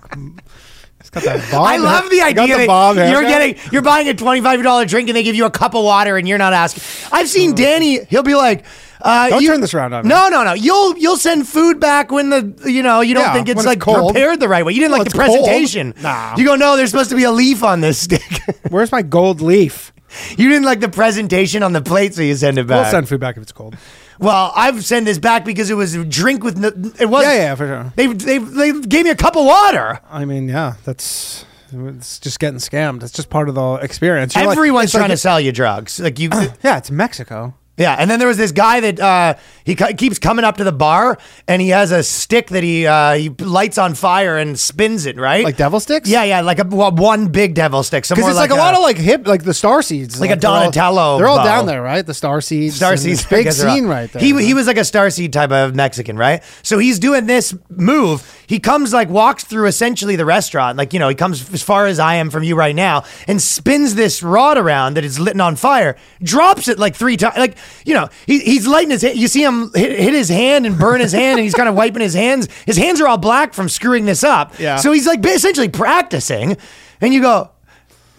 S2: He's got that bob.
S1: I love the
S2: he got
S1: idea
S2: the
S1: that
S2: bob
S1: you're
S2: haircut.
S1: getting you're buying a twenty five dollar drink and they give you a cup of water and you're not asking. I've seen Danny. He'll be like. Uh,
S2: Mm. Don't
S1: you-
S2: turn this around on me.
S1: No, no, no. You'll you'll send food back when the you know you don't
S2: Yeah,
S1: think
S2: when
S1: it's
S2: it's
S1: like
S2: cold.
S1: prepared the right way. You didn't
S2: Well,
S1: like the
S2: it's cold.
S1: presentation.
S2: Nah.
S1: You go no. There's supposed to be a leaf on this stick. [LAUGHS]
S2: Where's my gold leaf?
S1: You didn't like the presentation on the plate, so you send it
S2: We'll
S1: back. Well,
S2: send food back if it's cold.
S1: I've sent this back because it was a drink with no, it was.
S2: Yeah, yeah, for sure.
S1: They, they they gave me a cup of water.
S2: I mean, yeah, that's it's just getting scammed. It's just part of the experience. You're like-
S1: Everyone's
S2: it's like- [CLEARS THROAT]
S1: trying to sell you drugs. Like you,
S2: Yeah, it's Mexico.
S1: Yeah, and then there was this guy that uh, he cu- keeps coming up to the bar, and he has a stick that he uh, he lights on fire and spins it, right?
S2: Like devil sticks?
S1: Yeah, yeah, like a well, one big devil stick.
S2: Because
S1: Because
S2: it's like, a, lot of like hip, like the star seeds,
S1: Like a
S2: they're all-
S1: Donatello
S2: They're all
S1: bow.
S2: down there, right? The star seeds,
S1: Star
S2: and
S1: seeds,
S2: it's big
S1: I guess they're
S2: scene
S1: up.
S2: right there.
S1: He he was like a star seed type of Mexican, right? So he's doing this move. He comes like walks through essentially the restaurant, like you know, he comes as far as I am from you right now, and spins this rod around that is lit on fire, drops it like three times, like you know, he, he's lighting his. hand- You see him hit, hit his hand and burn his hand, and he's kind of wiping his hands. His hands are all black from screwing this up.
S2: Yeah.
S1: So he's like essentially practicing, and you go,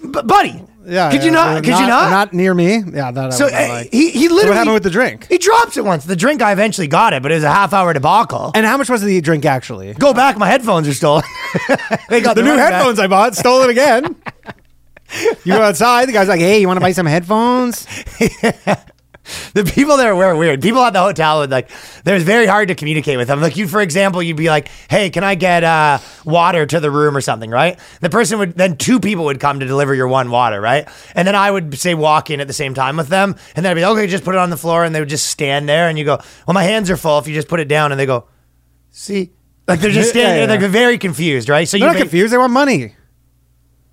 S1: "Bu- buddy.
S2: yeah.
S1: Could you
S2: yeah,
S1: not? Could you not?
S2: Not near me. Yeah, that.
S1: So
S2: I would not
S1: uh,
S2: like.
S1: he he literally
S2: what happened with the drink?
S1: He drops it once. The drink I eventually got it, but it was a half hour debacle.
S2: and how much was the drink actually?
S1: Go back, my headphones are stolen. [LAUGHS] they got their
S2: The new
S1: money back.
S2: headphones I bought, stolen [LAUGHS] again. you go outside. The guy's like, "Hey, you want to buy some [LAUGHS] headphones?"
S1: The people there were weird. People at the hotel would like. They're very hard to communicate with them. Like you, for example, you'd be like, "Hey, can I get uh, water to the room or something?" Right? The person would then two people would come to deliver your one water, right? And then I would say walk in at the same time with them, and then I'd be like, "Okay, just put it on the floor," and they would just stand there, and you go, "Well, my hands are full. If you just put it down," and they go, "See." Like they're just
S2: Yeah,
S1: standing
S2: yeah,
S1: there,
S2: yeah.
S1: they're very confused, right? So
S2: They're
S1: you
S2: not
S1: ba-
S2: confused. They want money.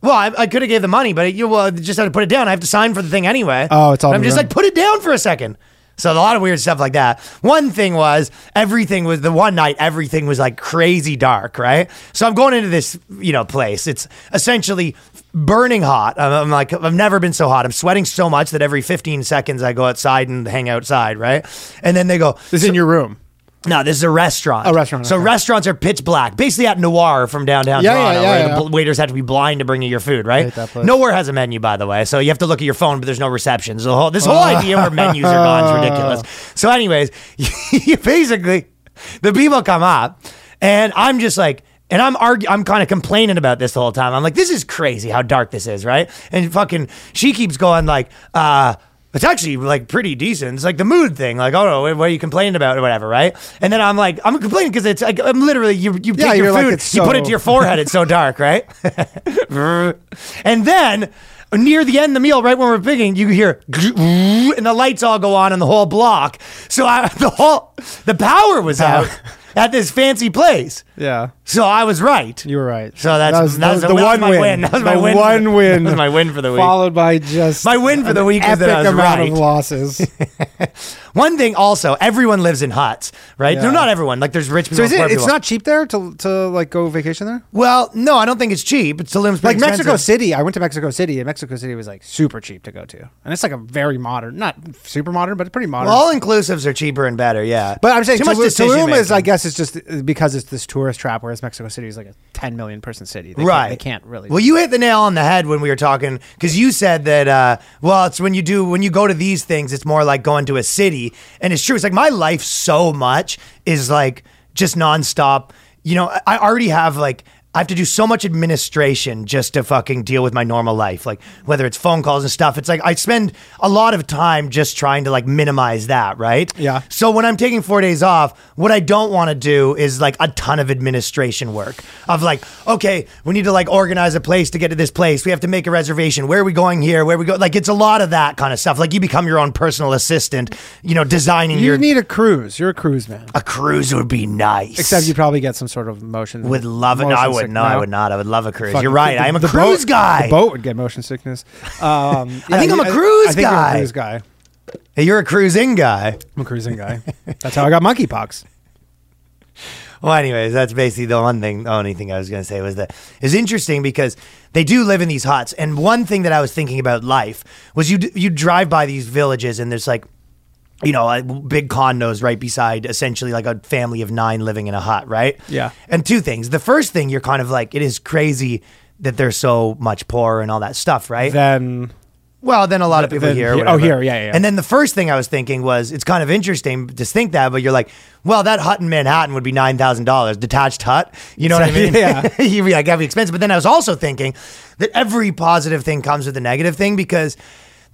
S1: well, I, I could have gave the money, but you well, I just had to put it down. I have to sign for the thing anyway.
S2: Oh, it's all
S1: And I'm just
S2: done.
S1: like put it down for a second. So a lot of weird stuff like that. One thing was everything was the one night everything was like crazy dark, right? So I'm going into this you know place. It's essentially burning hot. I'm, I'm like I've never been so hot. I'm sweating so much that every 15 seconds I go outside and hang outside, right? And then they go,
S2: This is in your room.
S1: no, this is a restaurant.
S2: A restaurant,
S1: So
S2: okay.
S1: restaurants are pitch black, basically at Noir from downtown
S2: Yeah, yeah,
S1: Toronto,
S2: yeah,
S1: where
S2: yeah.
S1: the bl- waiters have to be blind to bring you your food. Right?
S2: hate that place.
S1: Nowhere has a menu, by the way, so you have to look at your phone. But there's no reception. So the whole, this whole idea where menus are gone
S2: [LAUGHS]
S1: is ridiculous. So, anyways, [LAUGHS] you basically, the people come up, and I'm just like. And I'm argu- I'm kind of complaining about this the whole time. I'm like, this is crazy how dark this is, right? And fucking, she keeps going like, uh, it's actually like pretty decent. It's like the mood thing, like oh, what are you complaining about or whatever, right? And then I'm like, I'm complaining because it's like I'm literally you you
S2: Yeah,
S1: take your
S2: you're like,
S1: food,
S2: it's
S1: you put it
S2: so-
S1: to your forehead. It's so dark, right? [LAUGHS] and then near the end of the meal, right when we're picking, you hear [LAUGHS] and the lights all go on in the whole block. So I, [LAUGHS] the whole the power was out at this fancy place.
S2: Yeah,
S1: So I was right.
S2: you were right.
S1: So that's-
S2: that was,
S1: that was
S2: that
S1: the-
S2: was
S1: that was
S2: the one
S1: my win.
S2: win.
S1: That was my
S2: The
S1: win for
S2: One
S1: the- [LAUGHS]
S2: win.
S1: that was my win for the week.
S2: Followed by just
S1: My win for the
S2: an
S1: week is that I
S2: epic
S1: was
S2: amount
S1: right. [LAUGHS]
S2: of losses.
S1: [LAUGHS] One thing also, everyone lives in huts, right?
S2: Yeah.
S1: No, not everyone. Like there's rich people.
S2: so is
S1: and poor
S2: it? It's
S1: people.
S2: not cheap there to to like go vacation there.
S1: Well, no, I don't think it's cheap. It's Tulum's
S2: Like
S1: pretty
S2: Mexico
S1: expensive.
S2: City, I went to Mexico City, and Mexico City was like super cheap to go to, and it's like a very modern, not super modern, but pretty modern.
S1: All inclusives are cheaper and better, yeah.
S2: But I'm saying
S1: too
S2: Tulum,
S1: much decision
S2: Tulum is, I
S1: making.
S2: guess, it's just uh, because it's this tourist trap, whereas Mexico City is like a 10 million person city. They
S1: right.
S2: Can't, they can't really.
S1: Well, you hit the nail on the head when we were talking because you said that. Uh, well, it's when you do when you go to these things, it's more like going to a city, and it's true. It's like my life so much is like just nonstop. You know, I- I already have like. I have to do so much administration just to fucking deal with my normal life, like whether it's phone calls and stuff. It's like I spend a lot of time just trying to like minimize that, right?
S2: Yeah.
S1: So when I'm taking four days off, what I don't want to do is like a ton of administration work of like, okay, we need to like organize a place to get to this place. We have to make a reservation. Where are we going here? Where we go? Like it's a lot of that kind of stuff. Like you become your own personal assistant, you know, designing
S2: You
S1: your
S2: need a cruise. You're a cruise man.
S1: a cruise would be nice.
S2: Except you probably get some sort of motion.
S1: would love it. No,
S2: motion
S1: I would
S2: sick-
S1: no, I would not. I would love a cruise.
S2: Fucking-
S1: You're right.
S2: the-
S1: I am a
S2: the
S1: cruise
S2: boat-
S1: guy.
S2: The boat would get motion sickness.
S1: [LAUGHS]
S2: Um, yeah,
S1: think I'm
S2: you-
S1: a cruise
S2: I think
S1: guy.
S2: You're a cruise guy.
S1: Hey, You're a cruising guy.
S2: I'm a cruising guy. That's how I
S1: [LAUGHS]
S2: got monkeypox.
S1: Well, anyways, that's basically the one thing, the only thing I was going to say was that it's interesting because they do live in these huts. And one thing that I was thinking about life was you you drive by these villages and there's like, you know, uh, big condos right beside essentially like a family of nine living in a hut, right?
S2: Yeah.
S1: And two things. The first thing you're kind of like, it is crazy that they're so much poorer and all that stuff, right?
S2: Then
S1: Well, then a lot of
S2: Th-
S1: people
S2: then
S1: here.
S2: he-
S1: or
S2: oh,
S1: whatever.
S2: here, yeah, yeah, yeah.
S1: And then the first thing I was thinking was, it's kind of interesting to think that, but you're like, well, that hut in Manhattan would be nine thousand dollars, detached hut. You know what I mean?
S2: Yeah.
S1: [LAUGHS] You'd be like, that'd be expensive. But then I was also thinking that every positive thing comes with a negative thing because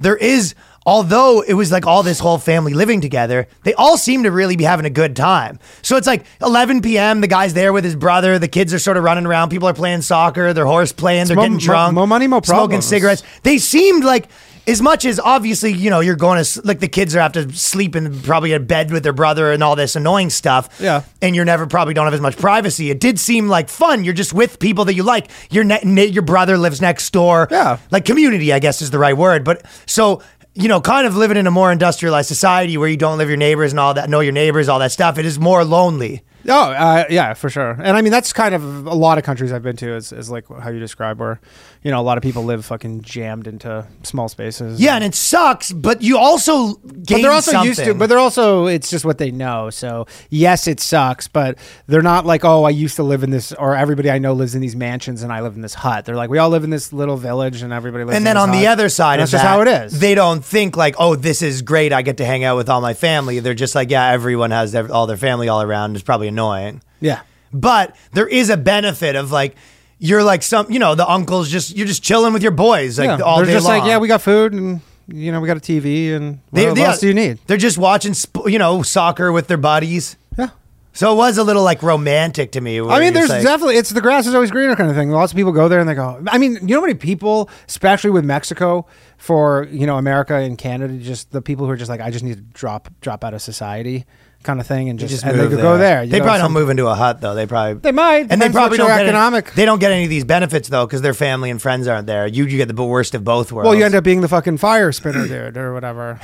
S1: there is. Although it was like all this whole family living together, they all seem to really be having a good time. So it's like 11 p.m. The guy's there with his brother. The kids are sort of running around. People are playing soccer. They're horse playing. They're
S2: more-
S1: getting
S2: more-
S1: drunk.
S2: more money, more
S1: smoking
S2: problems.
S1: cigarettes. They seemed like as much as obviously you know you're going to s- like the kids are have to sleep in probably a bed with their brother and all this annoying stuff
S2: Yeah.
S1: and you're never probably don't have as much privacy it did seem like fun you're just with people that you like your ne- ne- your brother lives next door
S2: Yeah.
S1: like community i guess is the right word but so you know kind of living in a more industrialized society where you don't live your neighbors and all that know your neighbors all that stuff it is more lonely
S2: Oh, uh, yeah, for sure. And I mean, that's kind of a lot of countries I've been to is, is like how you describe where, you know, a lot of people live fucking jammed into small spaces.
S1: yeah and it sucks but you also gain
S2: But they're also
S1: something.
S2: used to. But they're also. It's just what they know. So yes, it sucks. But they're not like, oh, I used to live in this, or everybody I know lives in these mansions, and I live in this hut. They're like, we all live in this little village, and everybody lives.
S1: And
S2: in
S1: then
S2: this
S1: on the
S2: hut.
S1: other side,
S2: And
S1: of
S2: that's just
S1: that,
S2: how it is.
S1: They don't think like, oh, this is great. I get to hang out with all my family. They're just like, yeah, everyone has their, all their family all around. It's probably annoying,
S2: yeah.
S1: but there is a benefit of like, you're like some, you know, the uncles just you're just chilling with your boys like
S2: yeah.
S1: all
S2: they're
S1: day
S2: just
S1: long.
S2: like, yeah, we got food, and you know, we got a TV, and what,
S1: They-
S2: what
S1: they-
S2: else do you need?
S1: They're just watching, sp- you know, soccer with their buddies.
S2: Yeah.
S1: So it was a little like romantic to me. where
S2: I mean,
S1: you're
S2: there's
S1: just like-
S2: definitely it's the grass is always greener kind of thing. Lots of people go there and they go. I mean, you know how many people, especially with Mexico, for you know America and Canada, just the people who are just like, I just need to drop drop out of society, kind of thing, and just,
S1: just
S2: and they
S1: move
S2: could go there. you
S1: They
S2: know,
S1: probably
S2: some-
S1: don't move into a hut though. They probably
S2: They might.
S1: and they
S2: Depends what
S1: probably
S2: your
S1: don't get any-
S2: economic-
S1: they don't get any of these benefits though because their family and friends aren't there. You you get the worst of both worlds.
S2: Well, you end up being the fucking fire spinner dude
S1: [LAUGHS]
S2: or whatever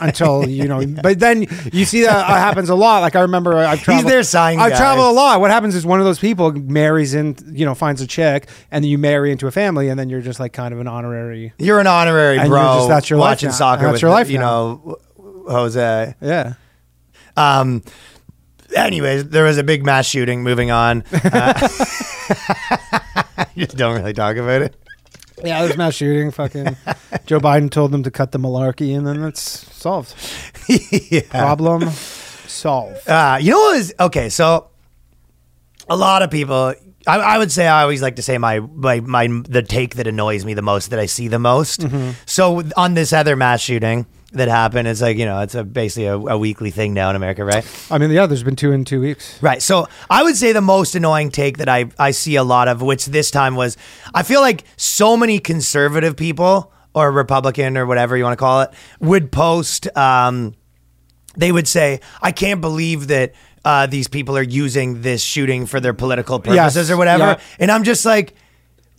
S2: until you know. But then you see that uh, happens a lot. Like I remember, I've traveled.
S1: their sign
S2: I've
S1: guy.
S2: traveled a lot. What happens is one of those people marries in, you know, finds a chick, and then you marry into a family, and then you're just like kind of an honorary.
S1: You're an honorary
S2: And
S1: bro.
S2: you're just- that's your life
S1: watching
S2: now.
S1: soccer.
S2: That's
S1: with,
S2: your life
S1: You
S2: now.
S1: know, w- Jose.
S2: Yeah.
S1: Um. Anyways, there was a big mass shooting. Moving on. Uh, [LAUGHS] you just don't really talk about it.
S2: Yeah, there's mass
S1: [LAUGHS]
S2: shooting. Fucking Joe Biden told them to cut the malarkey, and then
S1: [LAUGHS]
S2: that's solved. Problem solved.
S1: Uh, you know what is okay? So a lot of people, I, I would say, I always like to say my, my my the take that annoys me the most that I see the most. So on this other mass shooting that happened, it's like you know, it's a, basically a, a weekly thing now in America, right?
S2: I mean, yeah, there's been two in two weeks.
S1: Right. So I would say the most annoying take that I, I see a lot of, which this time was I feel like so many conservative people or Republican or whatever you want to call it would post, um, they would say, I can't believe that uh, these people are using this shooting for their political
S2: Yes.
S1: purposes or whatever.
S2: Yeah.
S1: And I'm just like,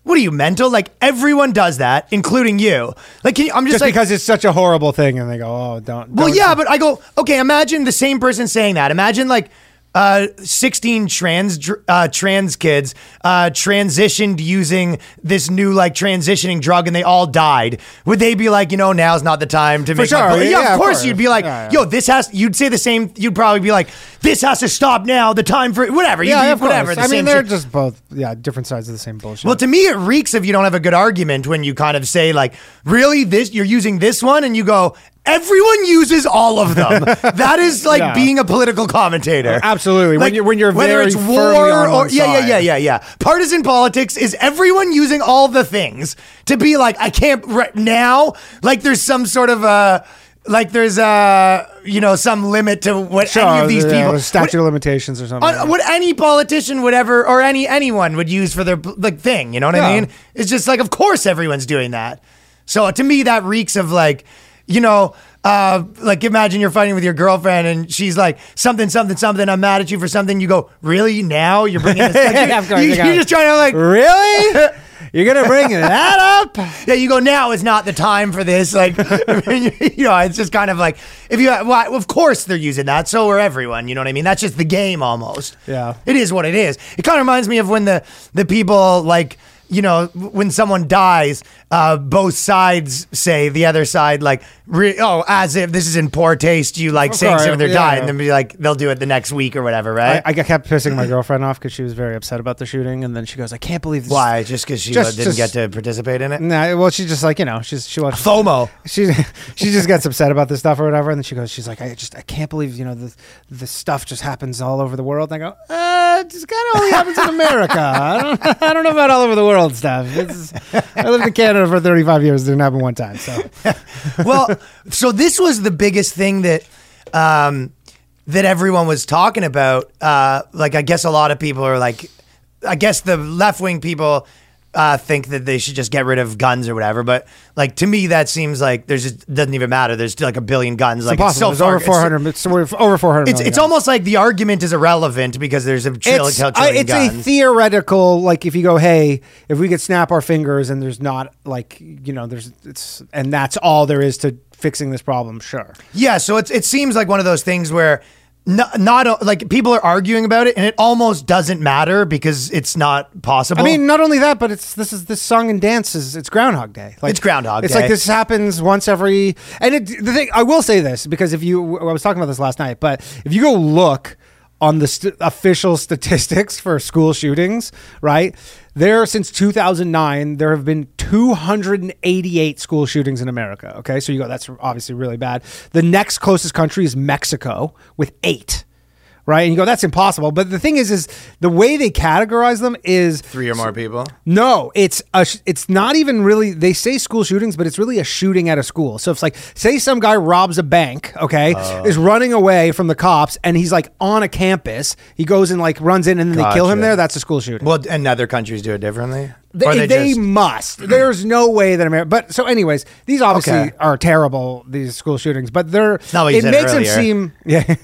S1: what are you mental? Like everyone does that, including you. Like can you, I'm just,
S2: Just
S1: like,
S2: because it's such a horrible thing, and they go, "Oh, don't."
S1: well,
S2: don't-
S1: yeah, but I go, okay, imagine the same person saying that. Imagine like uh, 16 trans dr- uh, trans kids uh, transitioned using this new like transitioning drug and they all died. Would they be like, you know, now's not the time to make my
S2: sure.
S1: poli- yeah,
S2: Yeah,
S1: of course you'd be like,
S2: Yeah, yeah.
S1: yo, this has you'd say the same you'd probably be like, this has to stop now, the time for whatever. You'd be-
S2: yeah, of
S1: whatever.
S2: course.
S1: the
S2: I mean,
S1: same
S2: they're
S1: shit.
S2: just both, yeah, different sides of the same bullshit.
S1: Well, to me, it reeks if you don't have a good argument when you kind of say like, "Really, this you're using this one," and you go, "Everyone uses all of
S2: [LAUGHS]
S1: them." that is like
S2: Yeah. Uh,
S1: being a political commentator.
S2: Absolutely. When you're- when you're
S1: whether
S2: very
S1: it's
S2: firmly
S1: war
S2: on
S1: or
S2: one
S1: yeah, yeah, yeah,
S2: side.
S1: yeah, yeah. Partisan politics is everyone using all the things to be like, I can't right now. Like there's some sort of a. Like there's uh you know some limit to what any of these
S2: yeah,
S1: people
S2: the statute of limitations or something.
S1: on what Uh, any politician would ever or any anyone would use for their like thing. You know what I
S2: Yeah.
S1: mean? It's just like, of course, everyone's doing that. So to me, that reeks of like, you know. Uh, like imagine you're fighting with your girlfriend and she's like something something something I'm mad at you for something you go really now you're bringing
S2: [LAUGHS]
S1: this like,
S2: Yeah, of course,
S1: you,
S2: you
S1: you,
S2: got
S1: are
S2: it.
S1: just trying to like
S2: really? [LAUGHS] You're gonna bring that up?
S1: yeah, you go now is not the time for this. Like, [LAUGHS] you know, it's just kind of like if you, well, of course they're using that. So are everyone. You know what I mean? That's just the game almost.
S2: Yeah.
S1: it is what it is. It kind of reminds me of when the the people like. You know, when someone dies, uh, both sides say the other side like, re- "Oh, as if this is in poor taste." You like saying
S2: course,
S1: someone they're
S2: yeah.
S1: dying, and then be like, "They'll do it the next week or whatever,"
S2: I,
S1: right?
S2: [LAUGHS] I kept pissing my girlfriend off because she was very upset about the shooting, and then she goes, "I can't believe this."
S1: Why? Just because she uh,
S2: Just-
S1: didn't
S2: just-
S1: get to participate in it?
S2: [LAUGHS] Nah, well, she's just like you know, she's she watches
S1: FOMO.
S2: she she just gets upset about this stuff or whatever, and then she goes, she's like, I just I can't believe you know the the stuff just happens all over the world. And I go, uh, it just kind of only happens in America. I don't [LAUGHS] I don't know about all over the world stuff. It's, I lived in Canada for thirty five years. It didn't happen one time. So
S1: well, so this was the biggest thing that um, that everyone was talking about. Uh, like, I guess a lot of people are like, I guess the left wing people uh, think that they should just get rid of guns or whatever. But like to me, that seems like there's just doesn't even matter. There's still like a billion guns. like
S2: Impossible.
S1: so
S2: There's
S1: far-
S2: over
S1: it's-
S2: 400. It's, over 400.
S1: It's, it's almost like the argument is irrelevant because there's a trillion,
S2: it's,
S1: trillion
S2: I- it's a
S1: guns.
S2: theoretical like if you go hey if we could snap our fingers and there's not like you know there's it's and that's all there is to fixing this problem sure
S1: Yeah, so it's, it seems like one of those things where not, not like people are arguing about it, and it almost doesn't matter because it's not possible.
S2: I mean, not only that, but it's this is this song and dance is it's Groundhog Day. Like
S1: It's Groundhog
S2: It's
S1: Day.
S2: like this happens once every. And it, the thing I will say this because if you, I was talking about this last night, but if you go look on the st- official statistics for school shootings, right there since 2009, there have been 288 school shootings in America. Okay, so you go that's obviously really bad. The next closest country is Mexico with eight. Right, and you go. That's impossible. But the thing is, is the way they categorize them is
S1: three or more people.
S2: no, it's a, sh- it's not even really. They say school shootings, but it's really a shooting at a school. So it's like, say some guy robs a bank, okay,
S1: Uh.
S2: is running away from the cops, and he's like on a campus. He goes and like runs in, and then they kill him
S1: Gotcha.
S2: there. That's a school shooting.
S1: Well, and other countries do it differently.
S2: They,
S1: or they,
S2: they
S1: just,
S2: must. There's no way that America. But so, anyways, these obviously
S1: Okay.
S2: are terrible. These school shootings, but they're
S1: not what you
S2: it
S1: said
S2: makes
S1: earlier.
S2: them seem. Yeah.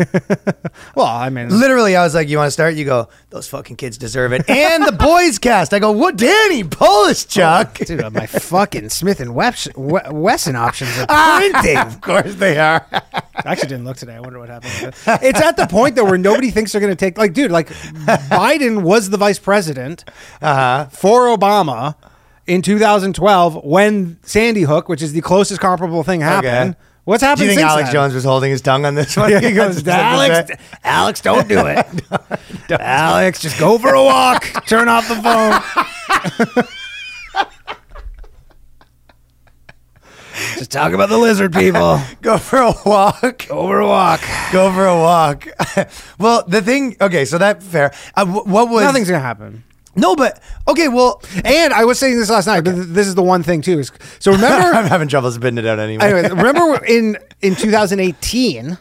S2: [LAUGHS] well, I mean,
S1: literally, I was like, "You want to start?" You go, "Those fucking kids deserve it." And the boys cast. I go, "What, Danny Polish Chuck?"
S2: dude, my fucking Smith and Wes- Wesson options
S1: Ah!
S2: are printing.
S1: of course [LAUGHS] they are.
S2: I actually didn't look today. I wonder what happened. it's at the point though where nobody thinks they're going to take like, dude, like Biden was the vice president uh, for Obama in 2012 when Sandy Hook, which is the closest comparable thing, happened. What's
S1: Do
S2: happened?
S1: you think
S2: since
S1: Alex
S2: then?
S1: Jones was holding his tongue on this [LAUGHS] one?
S2: Yeah, he goes, Alex, Alex, don't
S1: [LAUGHS]
S2: do it. Alex, just go for a walk. [LAUGHS] Turn off the phone. just talk about the lizard people.
S1: [LAUGHS] go for a walk.
S2: Go for a walk.
S1: go for a walk. [LAUGHS] well, the thing. Okay, so that fair. Uh, wh- what was
S2: Nothing's gonna happen.
S1: No, but okay. Well,
S2: And I was saying this last night, but th- this is the one thing too. Is so
S1: I'm [LAUGHS]
S2: remember,
S1: having trouble spitting it out anyway.
S2: anyway, remember in in 2018,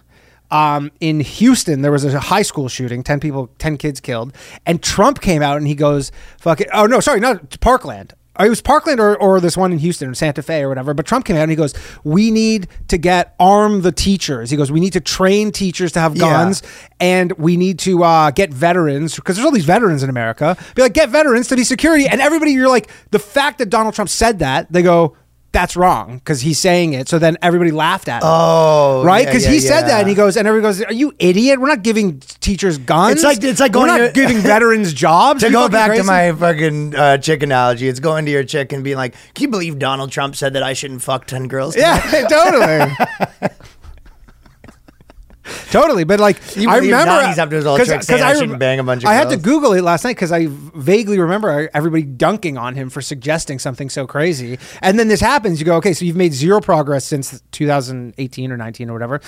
S2: um, in Houston there was a high school shooting, ten people, ten kids killed, and Trump came out and he goes, "Fuck it." Oh no, sorry, not Parkland. Uh, It was Parkland or, or this one in Houston or Santa Fe or whatever. But Trump came out and he goes, "We need to get arm the teachers." He goes, "We need to train teachers to have
S1: Yeah.
S2: guns, and we need to uh, get veterans because there's all these veterans in America. Be like, get veterans to be security, and everybody, you're like, the fact that Donald Trump said that, they go, that's wrong because he's saying it. So then everybody laughed at him.
S1: Oh,
S2: right,
S1: yeah,
S2: because he
S1: yeah,
S2: said that, and he
S1: yeah.
S2: goes, and everybody goes, "Are you idiot? We're not giving teachers guns.
S1: It's like- it's like going
S2: we're not
S1: to- [LAUGHS]
S2: giving veterans jobs.
S1: To
S2: You
S1: go
S2: fucking
S1: back to
S2: crazy?"
S1: my fucking uh, chick analogy, it's going to your chick and being like, "Can you believe Donald Trump said that I shouldn't fuck ten girls?"
S2: Yeah, [LAUGHS] totally. totally, but like
S1: You
S2: I
S1: believe
S2: remember
S1: Nani's up to his old tricks saying, "I shouldn't bang a bunch of
S2: I had to
S1: girls."
S2: Google it last night because I vaguely remember everybody dunking on him for suggesting something so crazy, and then this happens. You go, okay, so you've made zero progress since 2018 or 19 or whatever,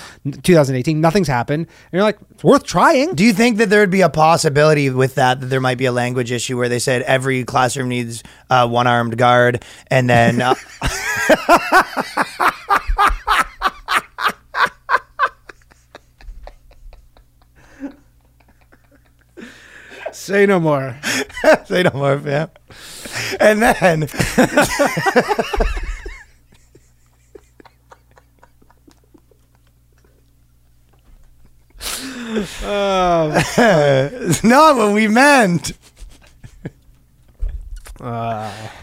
S2: 2018. Nothing's happened, and you're like, it's worth trying.
S1: Do you think that there would be a possibility with that that there might be a language issue where they said every classroom needs uh, one armed guard, and then
S2: [LAUGHS]
S1: uh,
S2: [LAUGHS] Say no [LAUGHS] more.
S1: they don't work, yeah, and then
S2: Oh,
S1: It's not what we meant.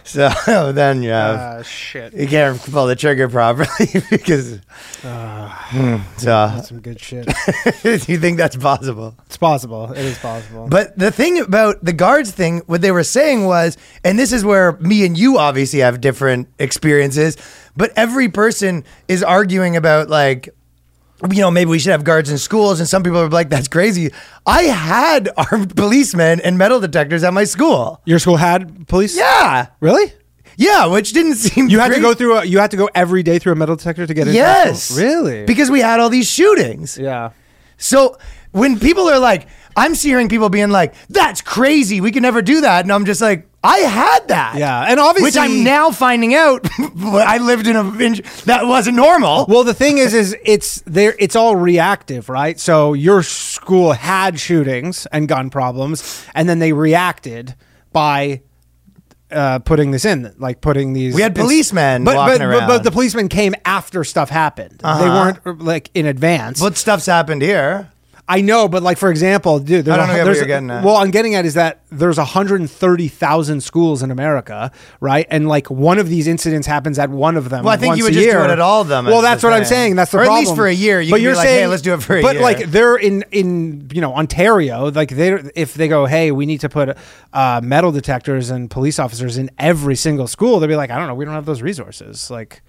S1: So [LAUGHS] then you have
S2: Ah, shit.
S1: you can't pull the trigger properly [LAUGHS] because. Hmm, so [LAUGHS]
S2: Some good shit.
S1: you think that's possible?
S2: It's possible. It is possible.
S1: But the thing about the guards thing, what they were saying was, and this is where me and you obviously have different experiences, but every person is arguing about like, you know, maybe we should have guards in schools, and some people are like, "That's crazy." I had [LAUGHS] armed policemen and metal detectors at my school.
S2: Your school had police.
S1: Yeah,
S2: Really?
S1: yeah, which didn't seem
S2: You had to
S1: great.
S2: go through. A, you had to go every day through a metal detector to get into
S1: Yes,
S2: actual- Really?
S1: because we had all these shootings.
S2: yeah.
S1: So when people are like, I'm hearing people being like, "That's crazy. We can never do that," and I'm just like, I had that.
S2: Yeah, and obviously-
S1: which I'm now finding out, [LAUGHS] I lived in a in, that wasn't normal.
S2: Well, the thing is, is it's there. It's all reactive, right? So your school had shootings and gun problems, and then they reacted by uh, putting this in, like putting these.
S1: We had
S2: it's-
S1: policemen
S2: but,
S1: walking
S2: but, But,
S1: around. Uh-huh.
S2: but the policemen came after stuff happened. They weren't like in advance.
S1: But stuff's happened here.
S2: I know, but like for example, dude, there's
S1: I don't
S2: a,
S1: know what
S2: there's
S1: you're
S2: a-
S1: getting at.
S2: well, I'm getting at is that there's 130,000 schools in America, right? And like one of these incidents happens at one of them.
S1: Well, I think
S2: once
S1: you would
S2: a
S1: just do
S2: year.
S1: it at all of them,
S2: Well,
S1: is the
S2: that's what I'm
S1: thing.
S2: saying. That's the
S1: Or at
S2: problem.
S1: least for a year, you
S2: but
S1: can be
S2: you're
S1: like, hey,
S2: saying,
S1: let's do it for a
S2: but
S1: year.
S2: But like they're in in you know Ontario, like they if they go, hey, we need to put uh, metal detectors and police officers in every single school, they'd be like, I don't know, we don't have those resources. Like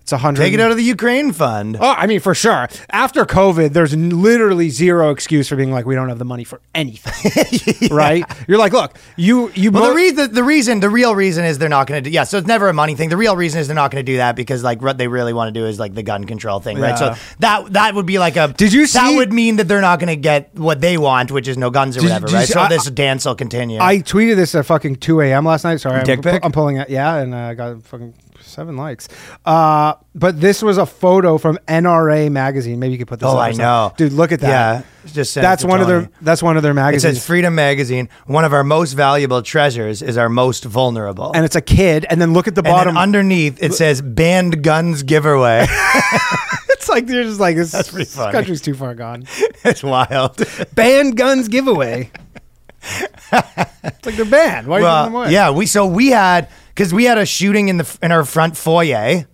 S2: it's a hundred.
S1: Take it out of the Ukraine fund.
S2: Oh, I mean, for sure. After COVID, there's n- literally zero excuse for being like, we don't have the money for
S1: [LAUGHS]
S2: anything, right? You're like, look, you you.
S1: Well,
S2: mo-
S1: the, reason, the reason, the real reason is they're not going to do. Yeah, so it's never a money thing. The real reason is they're not going to do that because like what they really want to do is like the gun control thing, right?
S2: Yeah.
S1: So that that would be like a.
S2: Did you
S1: That
S2: see-
S1: would mean that they're not going to get what they want, which is no guns or
S2: Did you-
S1: whatever,
S2: did you
S1: right?
S2: see-
S1: So
S2: I-
S1: this dance will continue.
S2: I tweeted this at fucking 2 a.m. last night. Sorry,
S1: Dick
S2: I'm, pu-
S1: pic?
S2: I'm pulling it. Yeah, and uh, I got fucking seven likes. Uh, but this was a photo from NRA magazine. Maybe you could put this.
S1: Oh,
S2: up or
S1: I
S2: something.
S1: know.
S2: dude. Look at
S1: Yeah,
S2: that.
S1: just send it
S2: that's
S1: to
S2: one of
S1: Tony.
S2: their. That's one of their
S1: It
S2: magazines.
S1: says Freedom Magazine. One of our most valuable treasures is our most vulnerable.
S2: and it's a kid. And then look at the
S1: And
S2: bottom.
S1: then underneath it says banned guns giveaway. [LAUGHS]
S2: [LAUGHS] it's like they're just like this,
S1: pretty
S2: this
S1: funny.
S2: country's too far gone.
S1: it's wild.
S2: banned guns giveaway. it's like they're banned. Why are you giving them
S1: Well,
S2: away?
S1: yeah, we so we had because we had a shooting in the in our front foyer.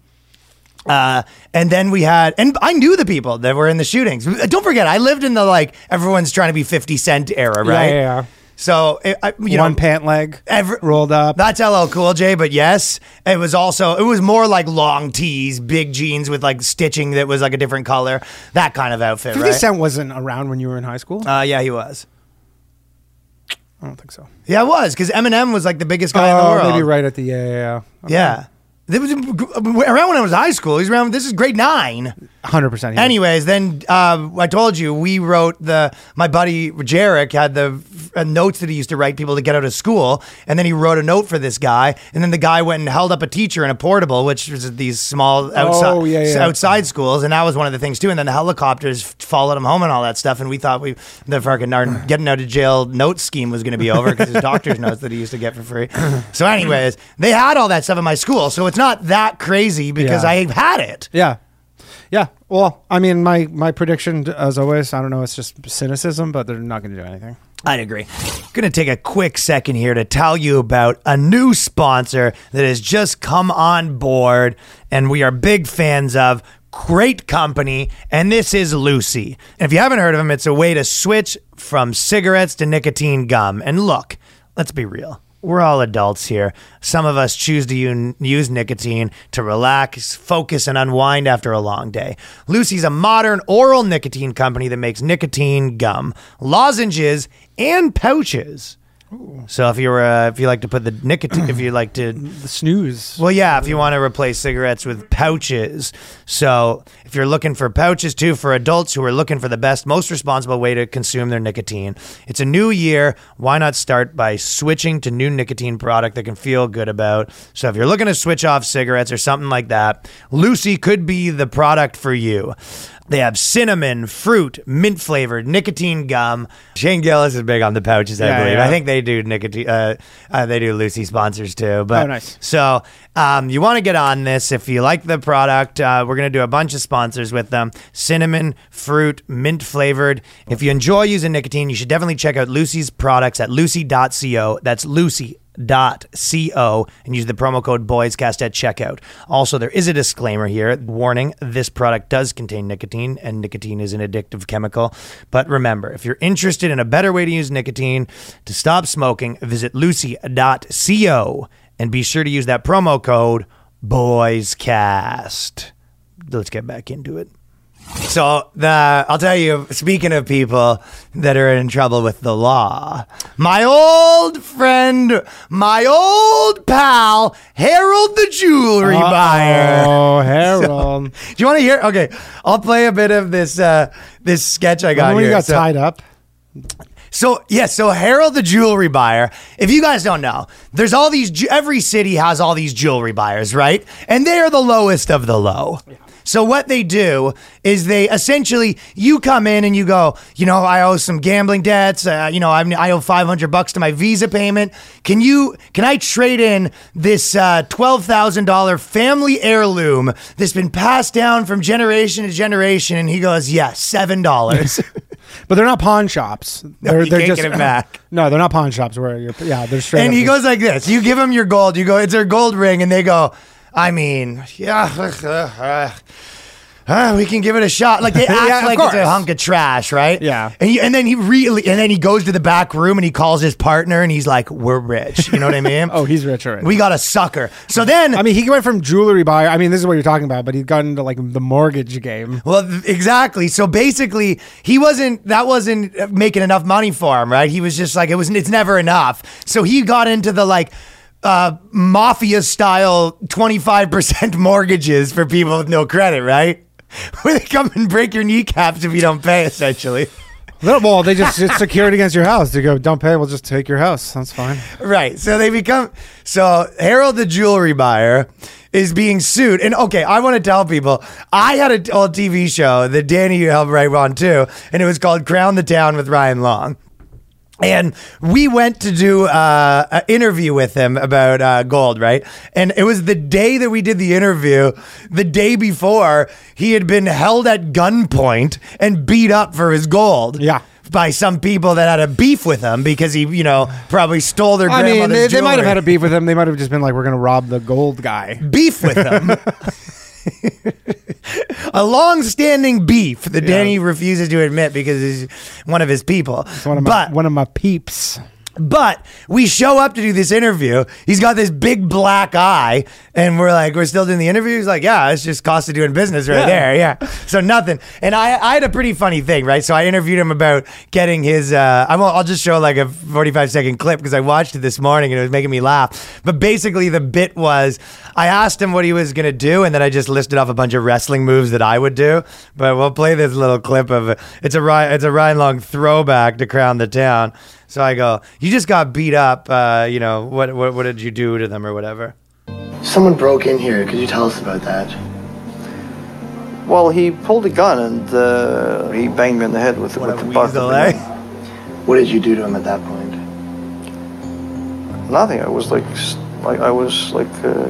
S1: Uh, and then we had, and I knew the people that were in the shootings. Uh, Don't forget, I lived in the like everyone's trying to be Fifty Cent era, right?
S2: yeah, yeah.
S1: So it, I, you
S2: one
S1: know,
S2: pant leg
S1: every-
S2: rolled up.
S1: That's LL Cool J, but yes, it was also it was more like long tees, big jeans with like stitching that was like a different color, that kind of outfit,
S2: Fifty
S1: right?
S2: Cent wasn't around when you were in high school.
S1: uh, yeah, he was.
S2: I don't think so. Oh,
S1: Yeah, it was because Eminem was like the biggest guy in the world.
S2: maybe right at the yeah, yeah, yeah.
S1: Yeah. It was uh, around when I was in high school. He's around. This is grade nine.
S2: hundred percent.
S1: Anyways, then uh, I told you we wrote the. My buddy Jarek had the uh, notes that he used to write people to get out of school, and then he wrote a note for this guy, and then the guy went and held up a teacher in a portable, which was these small outside
S2: Oh, yeah, yeah.
S1: outside schools, and that was one of the things too. And then the helicopters followed him home and all that stuff, and we thought we the fucking
S2: [LAUGHS]
S1: our getting out of jail note scheme was going to be over because his doctor's notes that he used to get for free. So, anyways, they had all that stuff in my school, so it's not that crazy because
S2: Yeah.
S1: I had it.
S2: yeah, yeah. Well, I mean, my my prediction, as always, I don't know. It's just cynicism, but they're not going to do anything.
S1: I'd agree. Going to take a quick second here to tell you about a new sponsor that has just come on board and we are big fans of. Great company, and this is Lucy. And if you haven't heard of them, it's a way to switch from cigarettes to nicotine gum. And look, let's be real. We're all adults here. Some of us choose to un- use nicotine to relax, focus, and unwind after a long day. Lucy's a modern oral nicotine company that makes nicotine gum, lozenges, and pouches. So if you were, uh, if you like to put the nicotine, if you like to
S2: The snooze.
S1: well, yeah, if you want to replace cigarettes with pouches. So, if you're looking for pouches too for adults who are looking for the best, most responsible way to consume their nicotine, it's a new year. Why not start by switching to new nicotine product that can feel good about? So, if you're looking to switch off cigarettes or something like that, Lucy could be the product for you. They have cinnamon, fruit, mint flavored nicotine gum. Shane Gillis is big on the pouches, I
S2: Yeah,
S1: believe.
S2: yeah.
S1: I think they do nicotine. Uh, uh, they do Lucy sponsors too, but
S2: Oh, nice.
S1: so um, you want to get on this if you like the product. Uh, we're going to do a bunch of sponsors with them: cinnamon, fruit, mint flavored. If you enjoy using nicotine, you should definitely check out Lucy's products at lucy.co. That's Lucy. Dot co and use the promo code boyscast at checkout. Also, there is a disclaimer here warning this product does contain nicotine, and nicotine is an addictive chemical. But remember, if you're interested in a better way to use nicotine to stop smoking, visit lucy.co and be sure to use that promo code BOYSCAST. Let's get back into it. So the I'll tell you. Speaking of people that are in trouble with the law, my old friend, my old pal, Harold the jewelry buyer.
S2: Oh,
S1: [LAUGHS]
S2: Harold.
S1: Do you want to hear? Okay, I'll play a bit of this uh, this sketch I got
S2: Remember when
S1: here.
S2: you got
S1: So-
S2: tied up.
S1: so yeah, so Harold the jewelry buyer. If you guys don't know, there's all these. ju- Every city has all these jewelry buyers, right? And they are the lowest of the low. So what they do is they essentially you come in and you go, you know, I owe some gambling debts. Uh, you know, I'm, I owe 500 bucks to my Visa payment. Can you can I trade in this uh, $12,000 family heirloom that's been passed down from generation to generation? And he goes, yes, $7.
S2: But they're not pawn shops. They're,
S1: you
S2: they're
S1: can't
S2: just
S1: get it back.
S2: [LAUGHS] No, they're not pawn shops. Where you're, yeah, they're straight.
S1: and
S2: up
S1: he
S2: just-
S1: goes like this. You give him your gold. You go, it's their gold ring, and they go, I mean, yeah, [LAUGHS] uh, uh, uh, we can give it a shot.
S2: [LAUGHS]
S1: Like they act
S2: Yeah, of
S1: like it's a
S2: course.
S1: hunk of trash, right?
S2: Yeah.
S1: And, you, and then he really, and then he goes to the back room and he calls his partner, and he's like, "We're rich." You know what I mean?
S2: [LAUGHS] Oh, he's rich Oh, already.
S1: We got a sucker. So then,
S2: I mean, he went from jewelry buyer. I mean, this is what you're talking about, but he got into like the mortgage game.
S1: Well, th- exactly. So basically, he wasn't. That wasn't uh, making enough money for him, right? He was just like it was. It's never enough. So he got into the like uh, mafia style twenty five percent [LAUGHS] mortgages for people with no credit, right? [LAUGHS] Where they come and break your kneecaps if you don't pay, essentially.
S2: Little ball, they just [LAUGHS] it's secured against your house. They go, don't pay, we'll just take your house. That's fine.
S1: Right. So they become so Harold the jewelry buyer is being sued. And okay, I want to tell people I had an old TV show that Danny you helped write on too, and it was called Crown the Town with Ryan Long. And we went to do uh, an interview with him about uh, gold, right? And it was the day that we did the interview. The day before, he had been held at gunpoint and beat up for his gold.
S2: Yeah.
S1: By some people that had a beef with him because he, you know, probably stole their
S2: I mean, they,
S1: grandmother's
S2: they might have
S1: jewelry.
S2: had a beef with him. They might have just been like, we're going to rob the gold guy.
S1: beef with
S2: [LAUGHS]
S1: them. [LAUGHS] a long-standing beef that Danny refuses to admit because he's one of his people.
S2: One of my,
S1: but
S2: one of my peeps.
S1: but we show up to do this interview. He's got this big black eye, and we're like, we're still doing the interview. He's like, yeah, it's just cost of doing business right there. Yeah. So nothing. And I, I had a pretty funny thing, right? So I interviewed him about getting his. Uh, I won't. I'll just show like a 45 second clip because I watched it this morning and it was making me laugh. But basically, the bit was I asked him what he was gonna do, and then I just listed off a bunch of wrestling moves that I would do. But we'll play this little clip of it's a Ry- it's a Ryan Long throwback to Crown the Town. So I go, you just got beat up. Uh, you know what, what? What did you do to them or whatever?
S6: Someone broke in here. Could you tell us about that?
S7: Well, he pulled a gun and uh, he banged me in the head with,
S1: What
S7: with
S1: a
S7: the butt.
S1: weasel,
S7: of the
S1: eh?
S7: gun.
S6: What did you do to him at that point?
S7: Nothing. I was like, s- like I was like uh,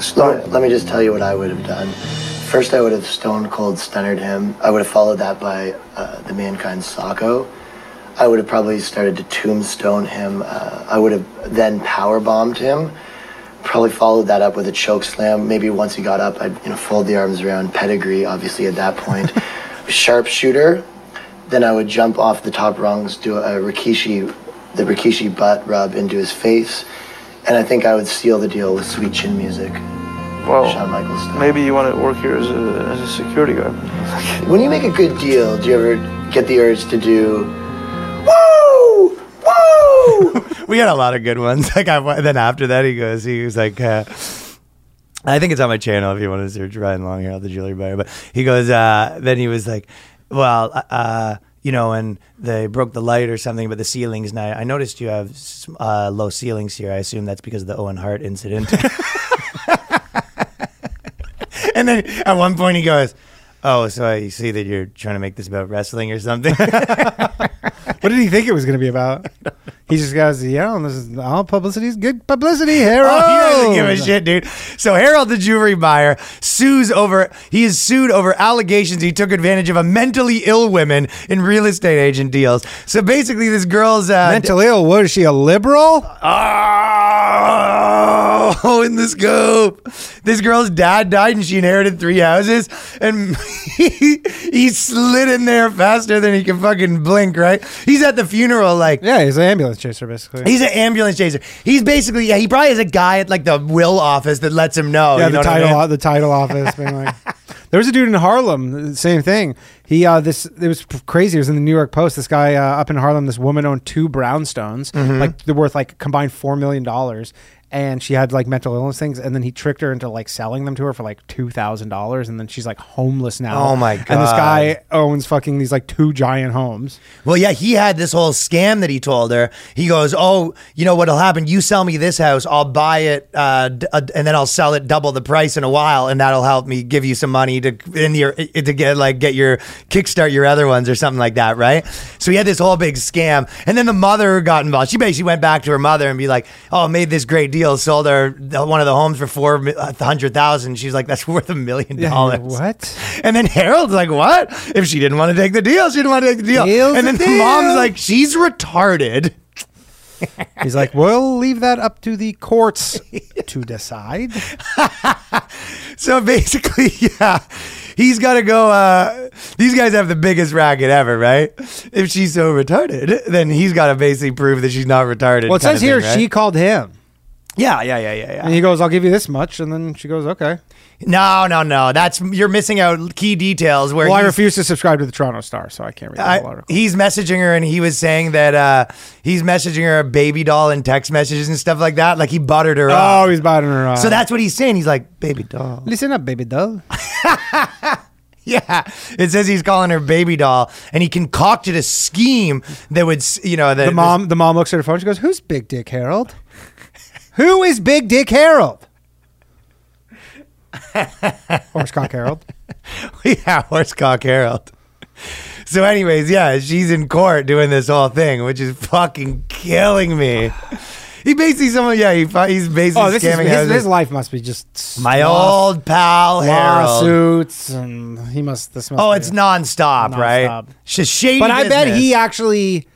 S7: stunned.
S6: Let, let me just tell you what I would have done. First, I would have stone cold stunnered him. I would have followed that by uh, the mankind Socko. I would have probably started to tombstone him. Uh, I would have then power bombed him. Probably followed that up with a choke slam. Maybe once he got up, I'd you know, fold the arms around. Pedigree, obviously, at that point. Sharpshooter. Then I would jump off the top rungs, do a Rikishi, the Rikishi butt rub into his face. And I think I would seal the deal with sweet chin music. Shawn
S7: Well,
S6: Michaels. Maybe.
S7: maybe you want to work here as a, as a security guard.
S6: When you make a good deal, do you ever get the urge to do, woo, woo?
S1: We had a lot of good ones. [LAUGHS] Like I, then after that, he goes, he was like. Uh, I think it's on my channel if you want to search Ryan Long here at the jewelry buyer. But he goes, uh, then he was like, well, uh, you know, and they broke the light or something, but the ceilings. And I, I noticed you have s- uh, low ceilings here. I assume that's because of the Owen Hart incident. and then at one point he goes, oh, so I see that you're trying to make this about wrestling or something.
S2: What did he think it was going to
S1: [LAUGHS]
S2: be about? he just goes, yeah, this is all publicity is good publicity, Harold.
S1: Oh, he doesn't give a shit, dude. So Harold, the jewelry buyer, sues over. He is sued over allegations he took advantage of a mentally ill woman in real estate agent deals. So basically, this girl's uh,
S2: Mentally ill. What is she, a liberal?
S1: Oh, in the scope. This girl's dad died and she inherited three houses. And [LAUGHS] he, he slid in there faster than he can fucking blink, right? He's at the funeral, like,
S2: Yeah, he's an ambulance chaser, basically.
S1: He's an ambulance chaser. He's basically yeah. He probably has a guy at like the will office that lets him know.
S2: yeah,
S1: Oh, you know
S2: the
S1: what I
S2: title,
S1: mean?
S2: the title office. Being
S1: [LAUGHS]
S2: like, there was a dude in Harlem, same thing. He, uh, this, it was p- crazy. It was in the New York Post. This guy
S1: Mm-hmm.
S2: uh, up in Harlem, this woman owned two brownstones, like they're worth like combined four million dollars, and she had like mental illness things, and then he tricked her into like selling them to her for like two thousand dollars, and then she's like homeless now.
S1: Oh, my
S2: And this
S1: God.
S2: guy owns fucking these like two giant homes.
S1: Well, yeah, he had this whole scam that he told her. He goes, "Oh, you know what'll happen? You sell me this house, I'll buy it, uh, d- uh, and then I'll sell it double the price in a while, and that'll help me give you some money to in your to get like get your kickstart your other ones or something like that, right?" So he had this whole big scam, and then the mother got involved. She basically went back to her mother and be like, "Oh, made this great deal, sold her the- one of the homes for four uh, hundred thousand. She's like, "That's worth a million dollars."
S2: What?
S1: [LAUGHS] And then Harold's like, "What? If she didn't want to take the deal, she didn't want to take the deal."
S2: Deal's
S1: and
S2: a
S1: then the
S2: deal.
S1: mom's like, "She's retarded."
S2: He's like, we'll leave that up to the courts
S1: [LAUGHS]
S2: to decide.
S1: So basically, [LAUGHS] yeah, he's got to go. Uh, these guys have the biggest racket ever, right? If she's so retarded, then he's got to basically prove that she's not retarded.
S2: Well, it
S1: kind of
S2: says here
S1: thing, right?
S2: she called him,
S1: Yeah, yeah, yeah, yeah, yeah.
S2: and he goes, "I'll give you this much," and then she goes, "Okay."
S1: no, no, no. That's you're missing out key details. Where
S2: Well, I
S1: he's-
S2: refuse to subscribe to the Toronto Star, so I can't read the whole
S1: I,
S2: article.
S1: he's messaging her and he was saying that uh, he's messaging her a baby doll and text messages and stuff like that. Like he buttered her up.
S2: Oh, he's biting her off.
S1: So that's what he's saying. He's like, baby doll. [LAUGHS]
S2: listen up, baby doll.
S1: Yeah. It says he's calling her baby doll and he concocted a scheme that would, s- you know, that
S2: The mom, the mom looks at her phone. She goes, "Who's Big Dick Harold? Who is Big
S1: [LAUGHS]
S2: Dick Harold?" Horsecock Harold.
S1: [LAUGHS] yeah, Horsecock Harold. So, anyways, yeah, she's in court doing this whole thing, which is fucking killing me. He basically, someone, yeah, he, fi- he's basically
S2: Oh, this is
S1: scamming
S2: his,
S1: houses.
S2: his life must be just
S1: My
S2: sloth-
S1: old pal Harold.
S2: lawsuits, and he must. This must.
S1: Oh,
S2: be-
S1: it's nonstop, right?
S2: Nonstop.
S1: Just shady.
S2: But I bet
S1: business.
S2: he actually,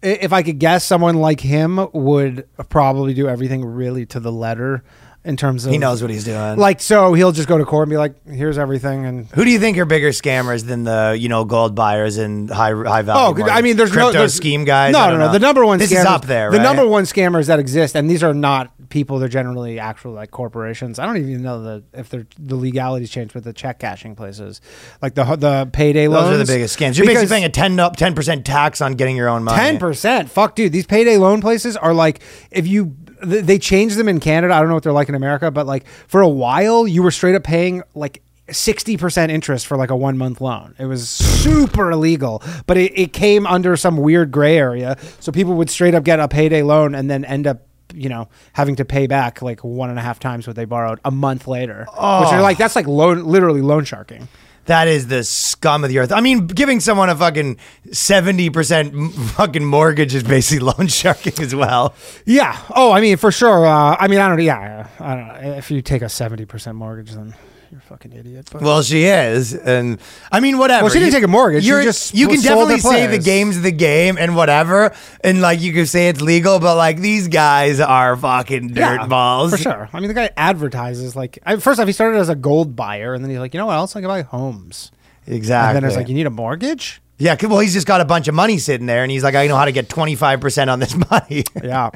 S2: i- if I could guess, someone like him would probably do everything really to the letter in terms of
S1: he knows what he's doing.
S2: Like, so he'll just go to court and be like, "Here's everything," and
S1: Who do you think are bigger scammers than the you know gold buyers and high high
S2: Oh,
S1: value?
S2: I mean, there's
S1: crypto
S2: no there's,
S1: scheme guys. I
S2: No, no,
S1: don't
S2: no. The number one
S1: This
S2: scammers,
S1: is up there.
S2: The
S1: right?
S2: number one scammers that exist, and these are not people. They're generally actual like corporations. I don't even know the if they're the legalities changed, but the check cashing places, like the the payday
S1: Those
S2: loans,
S1: are the biggest scams. You're basically paying a 10 up 10 percent tax on getting your own money.
S2: ten percent. Fuck, dude. These payday loan places are like if you. th- They changed them in Canada. I don't know what they're like in America, but like for a while, you were straight up paying like. 60% interest for like a one month loan. It was super illegal, but it, it came under some weird gray area. So people would straight up get a payday loan and then end up, you know, having to pay back like one and a half times what they borrowed a month later. Which are like, that's like loan, literally loan sharking.
S1: That is the scum of the earth. I mean, giving someone a fucking 70 percent fucking mortgage is basically [LAUGHS] loan sharking as well.
S2: Yeah. Oh, I mean, for sure. Uh, I mean, I don't. Yeah, I don't. know. If you take a seventy percent mortgage, then you're a fucking idiot. But
S1: Well, she is, and I mean, whatever.
S2: Well, she didn't take a mortgage. She
S1: You're,
S2: just
S1: you can
S2: sold her
S1: definitely say the
S2: players.
S1: game's the game and whatever, and like you could say it's legal, but like these guys are fucking dirt
S2: Yeah,
S1: balls.
S2: for sure. I mean, the guy advertises like I, first off, he started as a gold buyer, and then he's like, you know what else? I can buy homes.
S1: Exactly.
S2: And then it's like, you need a mortgage.
S1: yeah, 'cause- well, he's just got a bunch of money sitting there, and he's like, I know how to get twenty five percent on this [LAUGHS] money.
S2: Yeah,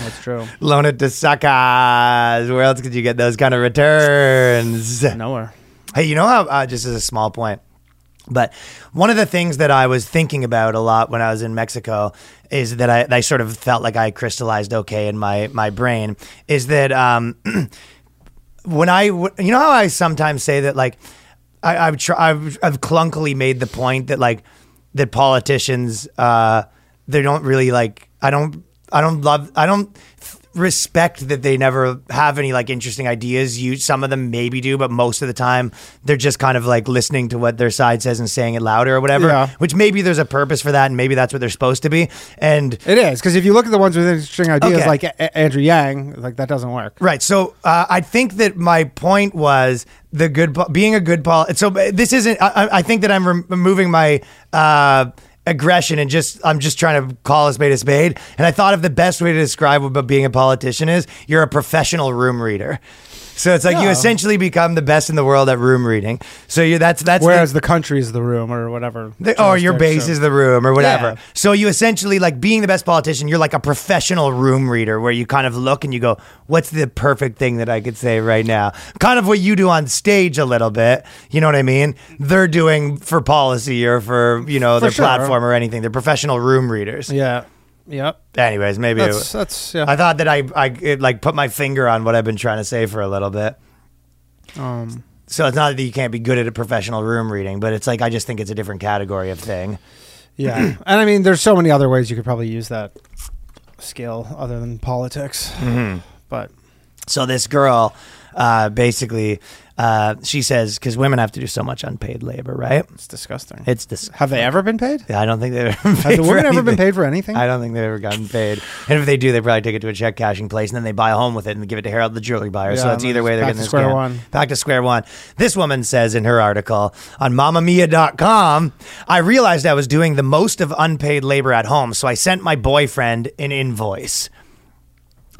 S2: that's true.
S1: Loan it to suckers. Where else could you get those kind of returns?
S2: Nowhere.
S1: Hey, you know how, uh, just as a small point, but one of the things that I was thinking about a lot when I was in Mexico is that I, I sort of felt like I crystallized okay in my, my brain is that um, when I, w- you know how I sometimes say that like, I, I've, tr- I've, I've clunkily made the point that like, that politicians, uh, they don't really like, I don't, I don't love, I don't respect that they never have any like interesting ideas. You, some of them maybe do, but most of the time they're just kind of like listening to what their side says and saying it louder or whatever,
S2: Yeah.
S1: which maybe there's a purpose for that. And maybe that's what they're supposed to be. And
S2: It is because if you look at the ones with interesting ideas,
S1: Okay.
S2: like a- A- Andrew Yang, like that doesn't work.
S1: Right. So uh, I think that my point was the good po- being a good pol. So uh, this isn't. I, I- I think that I'm rem- removing my uh, aggression and just I'm just trying to call a spade a spade. And I thought of the best way to describe what being a politician is: you're a professional room reader. So it's like you
S2: Yeah.
S1: essentially become the best in the world at room reading. So you that's that's the-
S2: Whereas the country is the room or whatever.
S1: the, or oh, your base
S2: jurisdiction.
S1: is the room or whatever.
S2: Yeah.
S1: So you essentially like being the best politician, you're like a professional room reader where you kind of look and you go, what's the perfect thing that I could say right now? Kind of what you do on stage a little bit. You know what I mean? They're doing for policy or for, you know,
S2: For
S1: their
S2: sure.
S1: platform or anything. They're professional room readers.
S2: Yeah. Yep.
S1: Anyways, maybe it,
S2: That's that's yeah.
S1: I thought that I I it, like put my finger on what I've been trying to say for a little bit.
S2: um,
S1: So it's not that you can't be good at a professional room reading, but it's like I just think it's a different category of thing.
S2: yeah. [CLEARS THROAT] and I mean, there's so many other ways you could probably use that skill other than politics. But
S1: So this girl, uh, basically, uh, she says because women have to do so much unpaid labor, right?
S2: it's disgusting.
S1: It's this.
S2: Have they ever been paid?
S1: I don't think they've ever. [LAUGHS]
S2: Have the women ever
S1: anything.
S2: been paid for anything?
S1: I don't think they've ever gotten paid. And if they do, they probably take it to a check cashing place and then they buy a home with it and give it to Harold the jewelry buyer. so
S2: Yeah,
S1: it's either way they're
S2: back
S1: getting
S2: to
S1: this
S2: square
S1: scam.
S2: one.
S1: Back to square one. This woman says in her article on mamamia.com, I realized I was doing the most of unpaid labor at home, so I sent my boyfriend an invoice.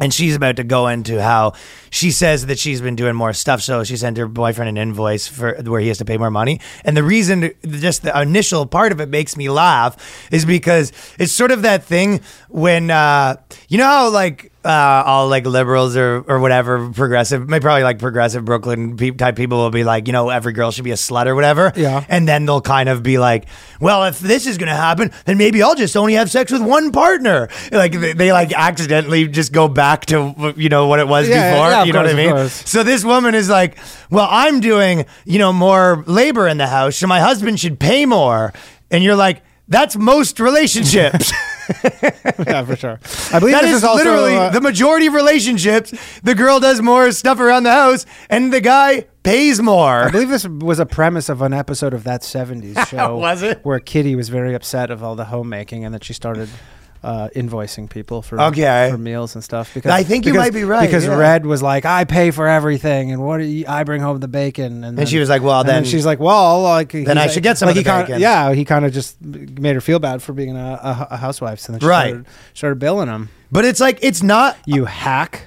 S1: And she's about to go into how she says that she's been doing more stuff. So she sent her boyfriend an invoice for where he has to pay more money. And the reason, just the initial part of it makes me laugh, is because it's sort of that thing when uh, you know how like uh, all like liberals or or whatever progressive, maybe probably like progressive Brooklyn pe- type people will be like, you know, every girl should be a slut or whatever.
S2: Yeah.
S1: And then they'll kind of be like, well, if this is going to happen, then maybe I'll just only have sex with one partner. Like they, they like accidentally just go back to, you know, what it was
S2: Yeah,
S1: before.
S2: yeah, of
S1: you know
S2: course,
S1: what I
S2: of
S1: mean?
S2: course.
S1: So this woman is like, well, I'm doing, you know, more labor in the house. So my husband should pay more. And you're like, that's most
S2: [LAUGHS]
S1: relationships.
S2: [LAUGHS] yeah, for sure. I believe
S1: that
S2: this is,
S1: is,
S2: also
S1: literally
S2: uh,
S1: the majority of relationships. The girl does more stuff around the house and the guy pays
S2: I
S1: more.
S2: believe this was a premise of an episode of
S1: [LAUGHS]
S2: that '70s show.
S1: Was it?
S2: Where Kitty was very upset of all the homemaking and that she started uh, invoicing people for
S1: Okay.
S2: for meals and stuff. Because
S1: I think you
S2: because-
S1: might be right,
S2: Because
S1: yeah.
S2: Red was like, "I pay for everything, and what do you, I bring home the bacon." And, then,
S1: she was like, "Well,
S2: and
S1: then-
S2: she's like, "Well, like he's
S1: I
S2: like-
S1: should get some
S2: like
S1: of the
S2: he kinda-
S1: bacon.
S2: Yeah, he kind of just made her feel bad for being a, a, a housewife. So then she
S1: Right.
S2: started, started billing him.
S1: But it's like, it's not
S2: You hack.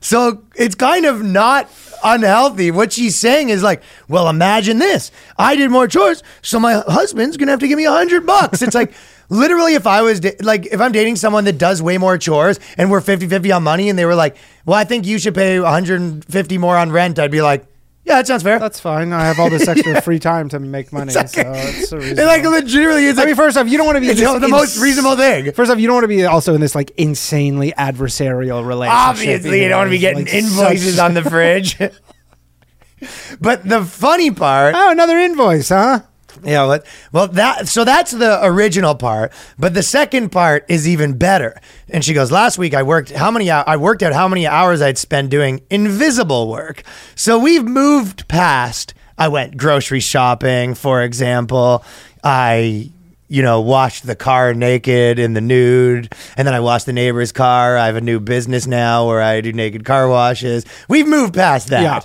S1: So it's kind of not unhealthy. What she's saying is like, well, imagine this. I did more chores, so my husband's gonna have to give me a hundred bucks. It's like [LAUGHS] literally if I was da- like if I'm dating someone that does way more chores and we're 50-50 on money and they were like, Well, I think you should pay 150 more on rent, I'd be like, Yeah, that sounds fair.
S2: That's fine. I have all this extra free time to make money. So it's a
S1: [LAUGHS] And like legitimately it's
S2: I
S1: like
S2: mean, first off, you don't want to be
S1: It's
S2: this
S1: the most reasonable thing.
S2: First off, you don't want to be also in this like insanely adversarial relationship.
S1: Obviously, you
S2: either.
S1: don't want to be
S2: It's,
S1: getting
S2: like,
S1: invoices
S2: such-
S1: on the fridge. [LAUGHS] but the funny part
S2: Oh, another invoice, huh?
S1: Yeah, what? Well, that so that's the original part, but the second part is even better. And she goes, "Last week I worked how many hou- I worked out how many hours I'd spend doing invisible work. So we've moved past. I went grocery shopping, for example. I you know, washed the car naked in the nude, and then I washed the neighbor's car. I have a new business now where I do naked car washes. We've moved past that.
S2: Yeah.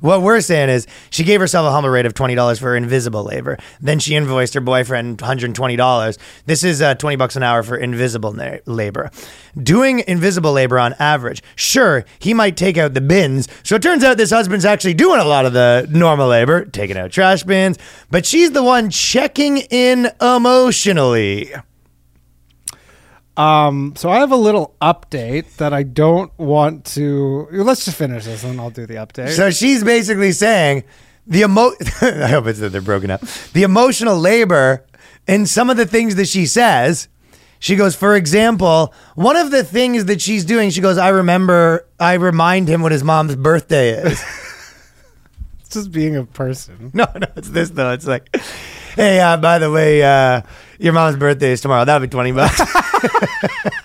S1: What we're saying is she gave herself a humble rate of $20 for invisible labor. Then she invoiced her boyfriend $120. This is uh, 20 bucks an hour for invisible na- labor. Doing invisible labor on average, sure, he might take out the bins. So it turns out this husband's actually doing a lot of the normal labor, taking out trash bins, but she's the one checking in emotionally.
S2: Um, so I have a little update that I don't want to. Let's just finish this, and I'll do the update.
S1: So she's basically saying the emo. [LAUGHS] I hope it's that they're broken up. The emotional labor in some of the things that she says. She goes, for example, one of the things that she's doing, she goes, I remember, I remind him what his mom's birthday is. [LAUGHS]
S2: it's just being a person.
S1: no, no, it's this though. It's like, hey, uh, by the way, uh, your mom's birthday is tomorrow. That'll be 20 bucks. [LAUGHS]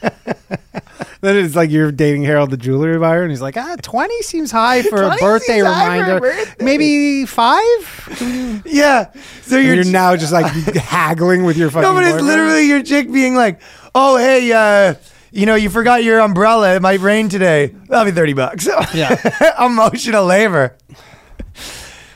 S2: Then it's like you're dating Harold the jewelry buyer, and he's like, ah, twenty seems
S1: [LAUGHS]
S2: high for a
S1: 20
S2: birthday
S1: seems high for a
S2: reminder.
S1: birthday.
S2: Maybe five.
S1: yeah. So
S2: You're,
S1: you're,
S2: now
S1: [LAUGHS]
S2: just like haggling with your fucking.
S1: No, but it's
S2: boyfriend.
S1: literally your chick being like, "Oh, hey, uh, you know, you forgot your umbrella. It might rain today. That'll be thirty bucks." [LAUGHS]
S2: Yeah.
S1: emotional labor.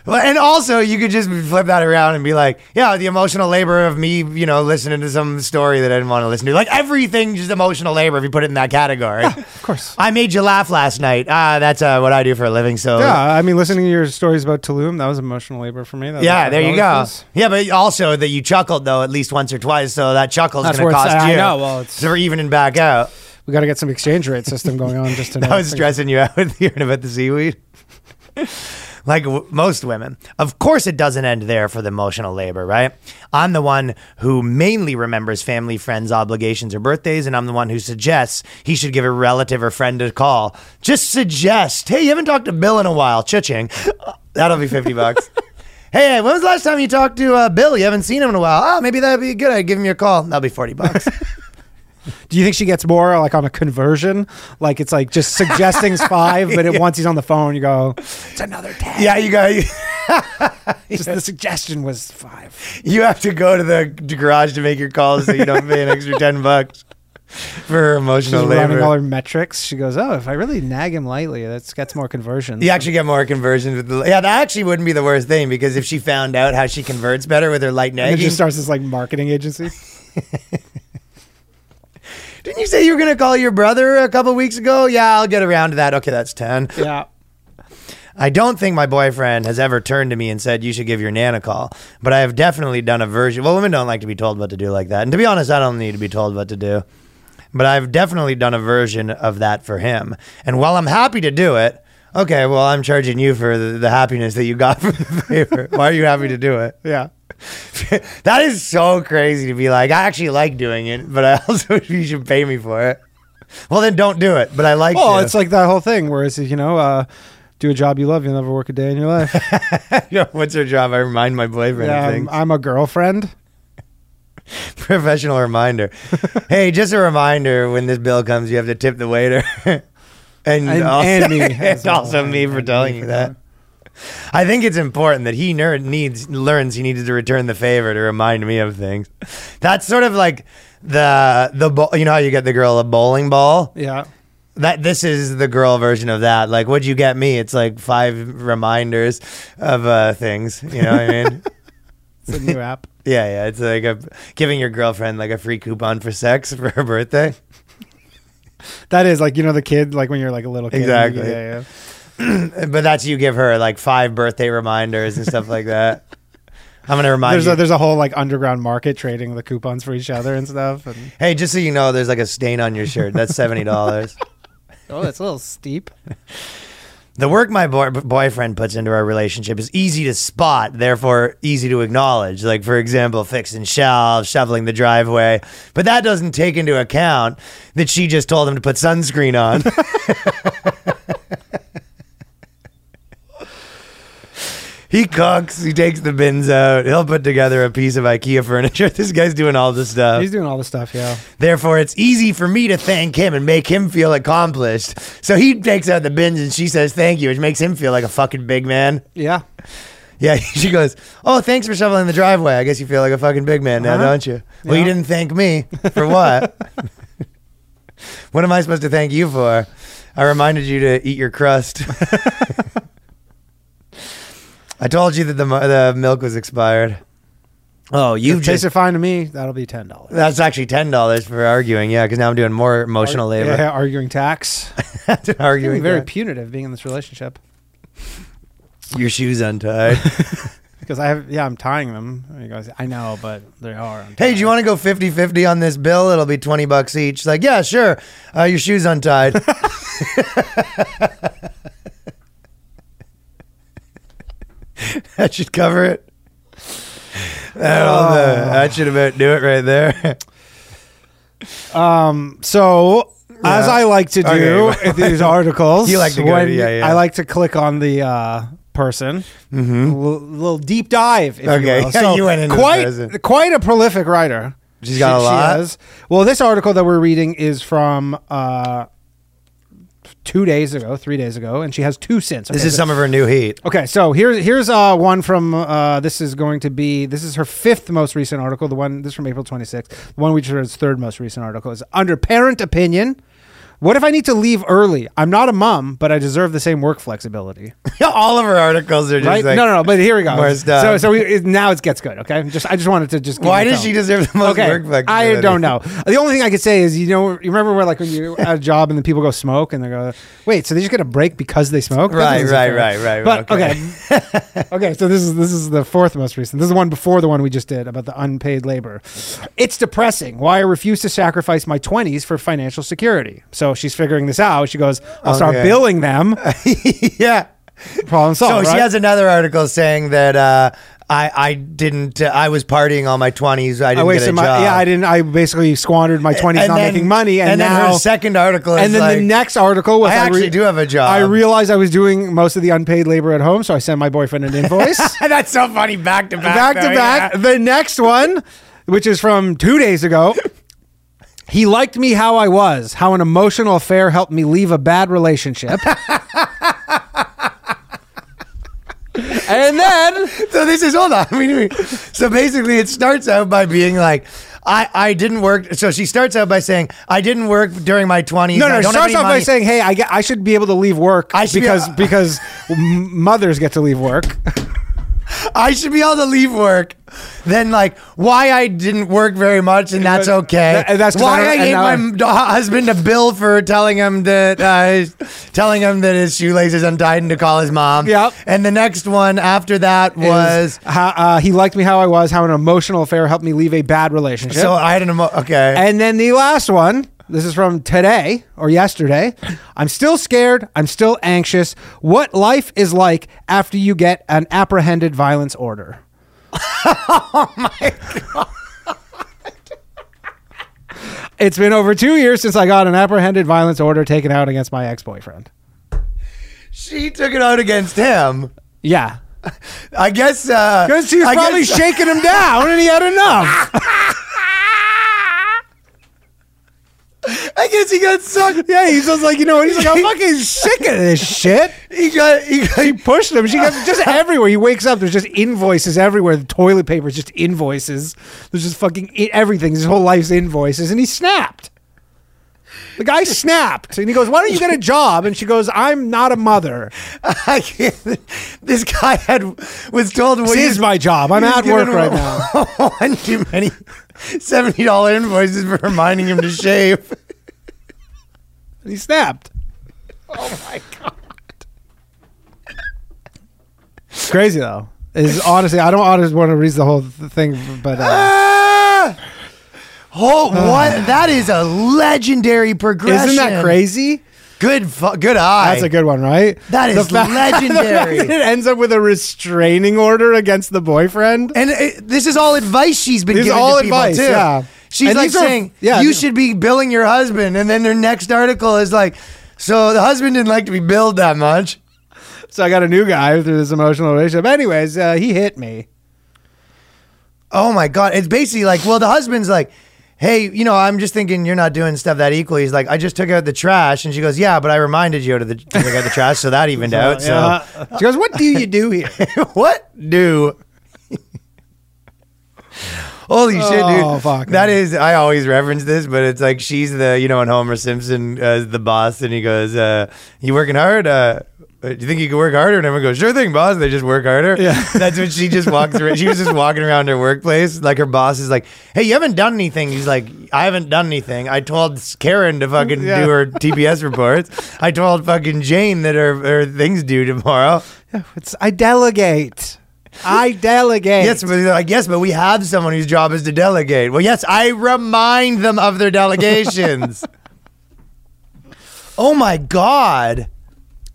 S1: Well, and also you could just flip that around and be like, "Yeah, the emotional labor of me, you know, listening to some story that I didn't want to listen to. Like everything, just emotional labor. If you put it in that category,
S2: of course.
S1: I made you laugh last night. Ah, that's uh, what I do for a living. So
S2: Oh, Yeah, I mean, listening to your stories about Tulum, that was emotional labor for me. That was
S1: Yeah,
S2: like,
S1: there you
S2: oh,
S1: go.
S2: this-
S1: Yeah, but also that you chuckled though at least once or twice, so that chuckle's
S2: That's
S1: going to
S2: worth-
S1: cost
S2: I
S1: you.
S2: know, well, it's-
S1: so we're evening back out.
S2: We got to get some [LAUGHS] exchange rate system going on just to know.
S1: [LAUGHS] I was stressing you out with hearing about the seaweed. [LAUGHS] like w- most women. Of course, it doesn't end there for the emotional labor, right? I'm the one who mainly remembers family, friends, obligations, or birthdays, and I'm the one who suggests he should give a relative or friend a call. Just suggest, hey, you haven't talked to Bill in a while, cha-ching. [LAUGHS] That'll be 50 bucks. [LAUGHS] Hey, when was the last time you talked to uh, Bill? You haven't seen him in a while. Oh, maybe that'd be good. I'd give him your call. That'll be 40 bucks.
S2: Do you think she gets more like on a conversion? Like it's like just [LAUGHS] suggesting's five, but it, once he's on the phone, you [LAUGHS] go, it's another ten.
S1: yeah, you got you,
S2: Just the suggestion was five.
S1: you have to go to the garage to make your calls so you don't pay an extra 10 bucks for
S2: She's
S1: emotional
S2: running all her
S1: labor.
S2: metrics. She goes, oh, if I really nag him lightly, that's gets more conversions.
S1: You actually get more conversions with the yeah. That actually wouldn't be the worst thing because if she found out how she converts better with her light
S2: And then she
S1: nagging,
S2: starts this like marketing [LAUGHS] agency.
S1: didn't you say you were gonna call your brother a couple weeks ago? Yeah, I'll get around to that. Okay, that's ten.
S2: yeah.
S1: I don't think my boyfriend has ever turned to me and said, You should give your nan a call. But I have definitely done a version. Well, women don't like to be told what to do like that. And to be honest, I don't need to be told what to do. But I've definitely done a version of that for him. And while I'm happy to do it, okay, well, I'm charging you for the, the happiness that you got [LAUGHS] from the favor. Why are you happy to do it? [LAUGHS]
S2: Yeah.
S1: that is so crazy to be like, I actually like doing it, but I [LAUGHS] also, you should pay me for it. Well, then don't do it. But I like
S2: Well,
S1: to.
S2: it's like that whole thing where it's, you know, uh, do a job you love, you'll never work a day in your [LAUGHS] life.
S1: Yeah, What's her job? [LAUGHS] I remind my boyfriend
S2: yeah,
S1: of things.
S2: I'm, I'm a girlfriend.
S1: [LAUGHS] Professional
S2: [LAUGHS]
S1: reminder. hey, just a reminder when this bill comes, you have to tip the waiter. [LAUGHS] and
S2: And-
S1: also, [LAUGHS]
S2: and me
S1: and
S2: as well.
S1: also me for
S2: And
S1: telling
S2: me
S1: you
S2: for
S1: that. I think it's important that he ner- needs learns he needs to return the favor to remind me of things. That's sort of like the the bo- you know how you get the girl a bowling ball.
S2: Yeah.
S1: That this is the girl version of that. Like, what'd you get me? It's like five reminders of uh, things. You know what I
S2: [LAUGHS]
S1: mean?
S2: It's a new app.
S1: Yeah, yeah. It's like a, giving your girlfriend like a free coupon for sex [LAUGHS] for her birthday.
S2: [LAUGHS] That is like, you know, the kid, like when you're like a little kid.
S1: Exactly.
S2: Yeah, yeah.
S1: But that's you give her like five birthday reminders and stuff like that. I'm gonna remind
S2: There's
S1: you.
S2: a, there's a whole like underground market trading the coupons for each other and stuff. And,
S1: hey, just so you know, there's like a stain on your shirt. That's seventy dollars.
S2: oh, that's a little steep.
S1: the work my boy- boyfriend puts into our relationship is easy to spot, therefore easy to acknowledge. Like for example, fixing shelves, shoveling the driveway. But that doesn't take into account that she just told him to put sunscreen on. [LAUGHS] He cooks. He takes the bins out. He'll put together a piece of IKEA furniture. [LAUGHS] This guy's doing all this stuff.
S2: He's doing all the stuff, yeah.
S1: Therefore, it's easy for me to thank him and make him feel accomplished. So he takes out the bins and she says thank you, which makes him feel like a fucking big man. [LAUGHS]
S2: Yeah.
S1: Yeah, she goes, "Oh, thanks for shoveling the driveway. I guess you feel like a fucking big man now,
S2: Uh-huh.
S1: don't you?" Well, you
S2: Yeah.
S1: didn't thank
S2: [LAUGHS]
S1: me for what? what am I supposed to thank you for? I reminded you to eat your
S2: [LAUGHS]
S1: crust. I told you that the mu- the milk was expired. Oh,
S2: You
S1: you've
S2: taste
S1: just
S2: it fine to me. That'll be ten dollars.
S1: that's actually ten dollars for arguing, yeah, because now I'm doing more emotional labor. [LAUGHS]
S2: Yeah, arguing tax. You're
S1: arguing,
S2: very
S1: that.
S2: punitive being in this relationship
S1: your shoes untied.
S2: because I have. Yeah, I'm tying them. And he goes, I know, but they are.
S1: [LAUGHS]
S2: untied."
S1: hey, do you want to go 50-50 on this bill? It'll be twenty bucks each. Like, yeah, sure. Uh, your shoes
S2: [LAUGHS]
S1: untied. [LAUGHS] that should cover it. That'll,
S2: Oh.
S1: uh, that should about do it right
S2: [LAUGHS]
S1: there.
S2: Um, So, as
S1: Yeah.
S2: I like to do
S1: Okay.
S2: [LAUGHS] in these articles,
S1: You like to go to-
S2: when
S1: yeah, yeah.
S2: I like to click on the uh, person, a little, little deep dive. If
S1: Mm-hmm. Okay. [LAUGHS]
S2: you, will. So
S1: You went into the
S2: quite
S1: person.
S2: quite a prolific writer.
S1: She's got a lot?
S2: has. Well, this article that we're reading is from. Uh, Two days ago, three days ago, and she has two cents.
S1: This [LAUGHS] is some of her new heat.
S2: Okay, so here's here's uh, one from uh, this is going to be this is her fifth most recent article. The one this is from April 26th. The one which is her third most recent article is under parent opinion. What if I need to leave early? I'm not a mom, but I deserve the same work flexibility,
S1: All of her articles are just
S2: right?
S1: like
S2: no, no, no. But here we go.
S1: more stuff.
S2: So, so we, it, now it gets good. Okay, just I just wanted to just. give
S1: Why
S2: you
S1: does
S2: some.
S1: she deserve the most work flexibility?
S2: I don't know. The only thing I could say is you know you remember where like when you at a job and then people go smoke and they go wait so they just get a break because they smoke That
S1: Right,
S2: doesn't
S1: right,
S2: seem
S1: right, right,
S2: But
S1: okay.
S2: okay, [LAUGHS] Okay, so this is this is the fourth most recent. This is the one before the one we just did about the unpaid labor. It's depressing. Why I refuse to sacrifice my twenties for financial security. So she's figuring this out. She goes, "I'll start
S1: Okay.
S2: billing them."
S1: [LAUGHS] yeah.
S2: Problem
S1: So
S2: solved.
S1: Oh, she
S2: right?
S1: has another article saying that uh, I I didn't uh, I was partying all my twenties. I didn't get
S2: I
S1: a
S2: wasted my
S1: job.
S2: yeah. I didn't. I basically squandered my twenties not making money, and,
S1: then her
S2: now
S1: second article is
S2: and then
S1: like,
S2: the next article was
S1: I
S2: re-
S1: actually do have a job.
S2: I realized I was doing most of the unpaid labor at home, so I sent my boyfriend
S1: [LAUGHS]
S2: an invoice.
S1: that's so funny back to back
S2: back to back. The next one, which is from two days ago. He liked me how I was, how an emotional affair helped me leave a
S1: [LAUGHS]
S2: bad relationship.
S1: [LAUGHS]
S2: and then
S1: so this is hold on. [LAUGHS] I mean, so basically, it starts out by being like. I, I didn't work. So she starts out by saying, I didn't work during my 20s.
S2: No,
S1: I
S2: no. It
S1: don't have
S2: starts
S1: any
S2: off by
S1: money."
S2: saying, "Hey, I, get- I should be able to leave work
S1: I should be-
S2: because because m- mothers get to leave work."
S1: I should be able to leave work. Then, like, why I didn't work very much, and that's
S2: But-
S1: okay.
S2: and that's 'cause I
S1: why
S2: don't-
S1: I
S2: and
S1: gave
S2: now
S1: my
S2: I-
S1: m- husband a bill for telling him that uh, his- telling him that his shoelace is untied and to call his mom.
S2: Yep.
S1: And the next one after that [LAUGHS] was
S2: Is how, uh, he liked me how I was? How an emotional affair helped me leave a bad relationship.
S1: so I had an emo- okay.
S2: and then the last one. This is from today or yesterday. I'm still scared. I'm still anxious. What life is like after you get an apprehended violence order? [LAUGHS] oh my god! It's been over two years since I got an apprehended violence order taken out against my ex-boyfriend.
S1: she took it out against him.
S2: Yeah.
S1: I guess uh,
S2: Because she was
S1: I
S2: probably
S1: guess-
S2: shaking him down and he had enough.
S1: [LAUGHS] I guess he got sucked.
S2: yeah, he's just like, you know what? He's like, I'm fucking sick of this shit.
S1: [LAUGHS] He got he got. [LAUGHS]
S2: She pushed him. She [LAUGHS] got just everywhere. He wakes up. There's just invoices everywhere. The toilet paper is just invoices. There's just fucking i- everything. His whole life's invoices. And he snapped. The [LAUGHS] guy snapped. And he goes, Why don't you get a job? And she goes, I'm not a mother.
S1: I can't, this guy had was told what
S2: This is my job. I'm at work right now. [LAUGHS]
S1: now. One too many seventy dollar invoices for reminding him to shave.
S2: And he snapped. [LAUGHS] Oh my god! It's crazy though. Is honestly, I don't honestly want to read the whole th- thing, but uh,
S1: Ah! Oh, what? That is a legendary progression.
S2: isn't [LAUGHS] that crazy?
S1: Good, fu- good eye.
S2: That's a good one, right?
S1: That is
S2: [LAUGHS]
S1: legendary.
S2: it ends up with a restraining order against the boyfriend.
S1: And it, this is all advice she's been
S2: This is
S1: giving
S2: all
S1: to people
S2: advice,
S1: too.
S2: yeah.
S1: She's
S2: And
S1: like
S2: these are-
S1: saying,
S2: yeah,
S1: you
S2: these-
S1: should be billing your husband," and then their next article is like, "So the husband didn't like to be billed that much."
S2: so I got a new guy through this emotional relationship. Anyways, uh, he hit me.
S1: Oh my god! It's basically like, well, the husband's like, "Hey, you know, I'm just thinking you're not doing stuff that equally." He's like, "I just took out the trash," and she goes, "Yeah, but I reminded you to, the, to take out the trash, so that evened out." So
S2: Uh, she goes, "What do you
S1: [LAUGHS]
S2: do here?"
S1: what do? Holy shit, dude!
S2: Oh, fuck,
S1: that
S2: man.
S1: is. I always reference this, but it's like she's the you know in Homer Simpson as the boss, and he goes, uh, "You working hard? Uh, do you think you could work harder?" And everyone goes, "Sure thing, boss." And they just work harder.
S2: Yeah.
S1: [LAUGHS] that's what she just walks. around. She was just walking around her workplace, like her boss is like, "Hey, you haven't done anything." He's like, "I haven't done anything. I told Karen to fucking
S2: Yeah.
S1: do her TPS reports. I told fucking Jane that her, her things due tomorrow."
S2: It's, I delegate. I delegate.
S1: Yes, but they're like, yes, but we have someone whose job is to delegate. Well, yes, I remind them of their
S2: [LAUGHS]
S1: delegations. oh my god.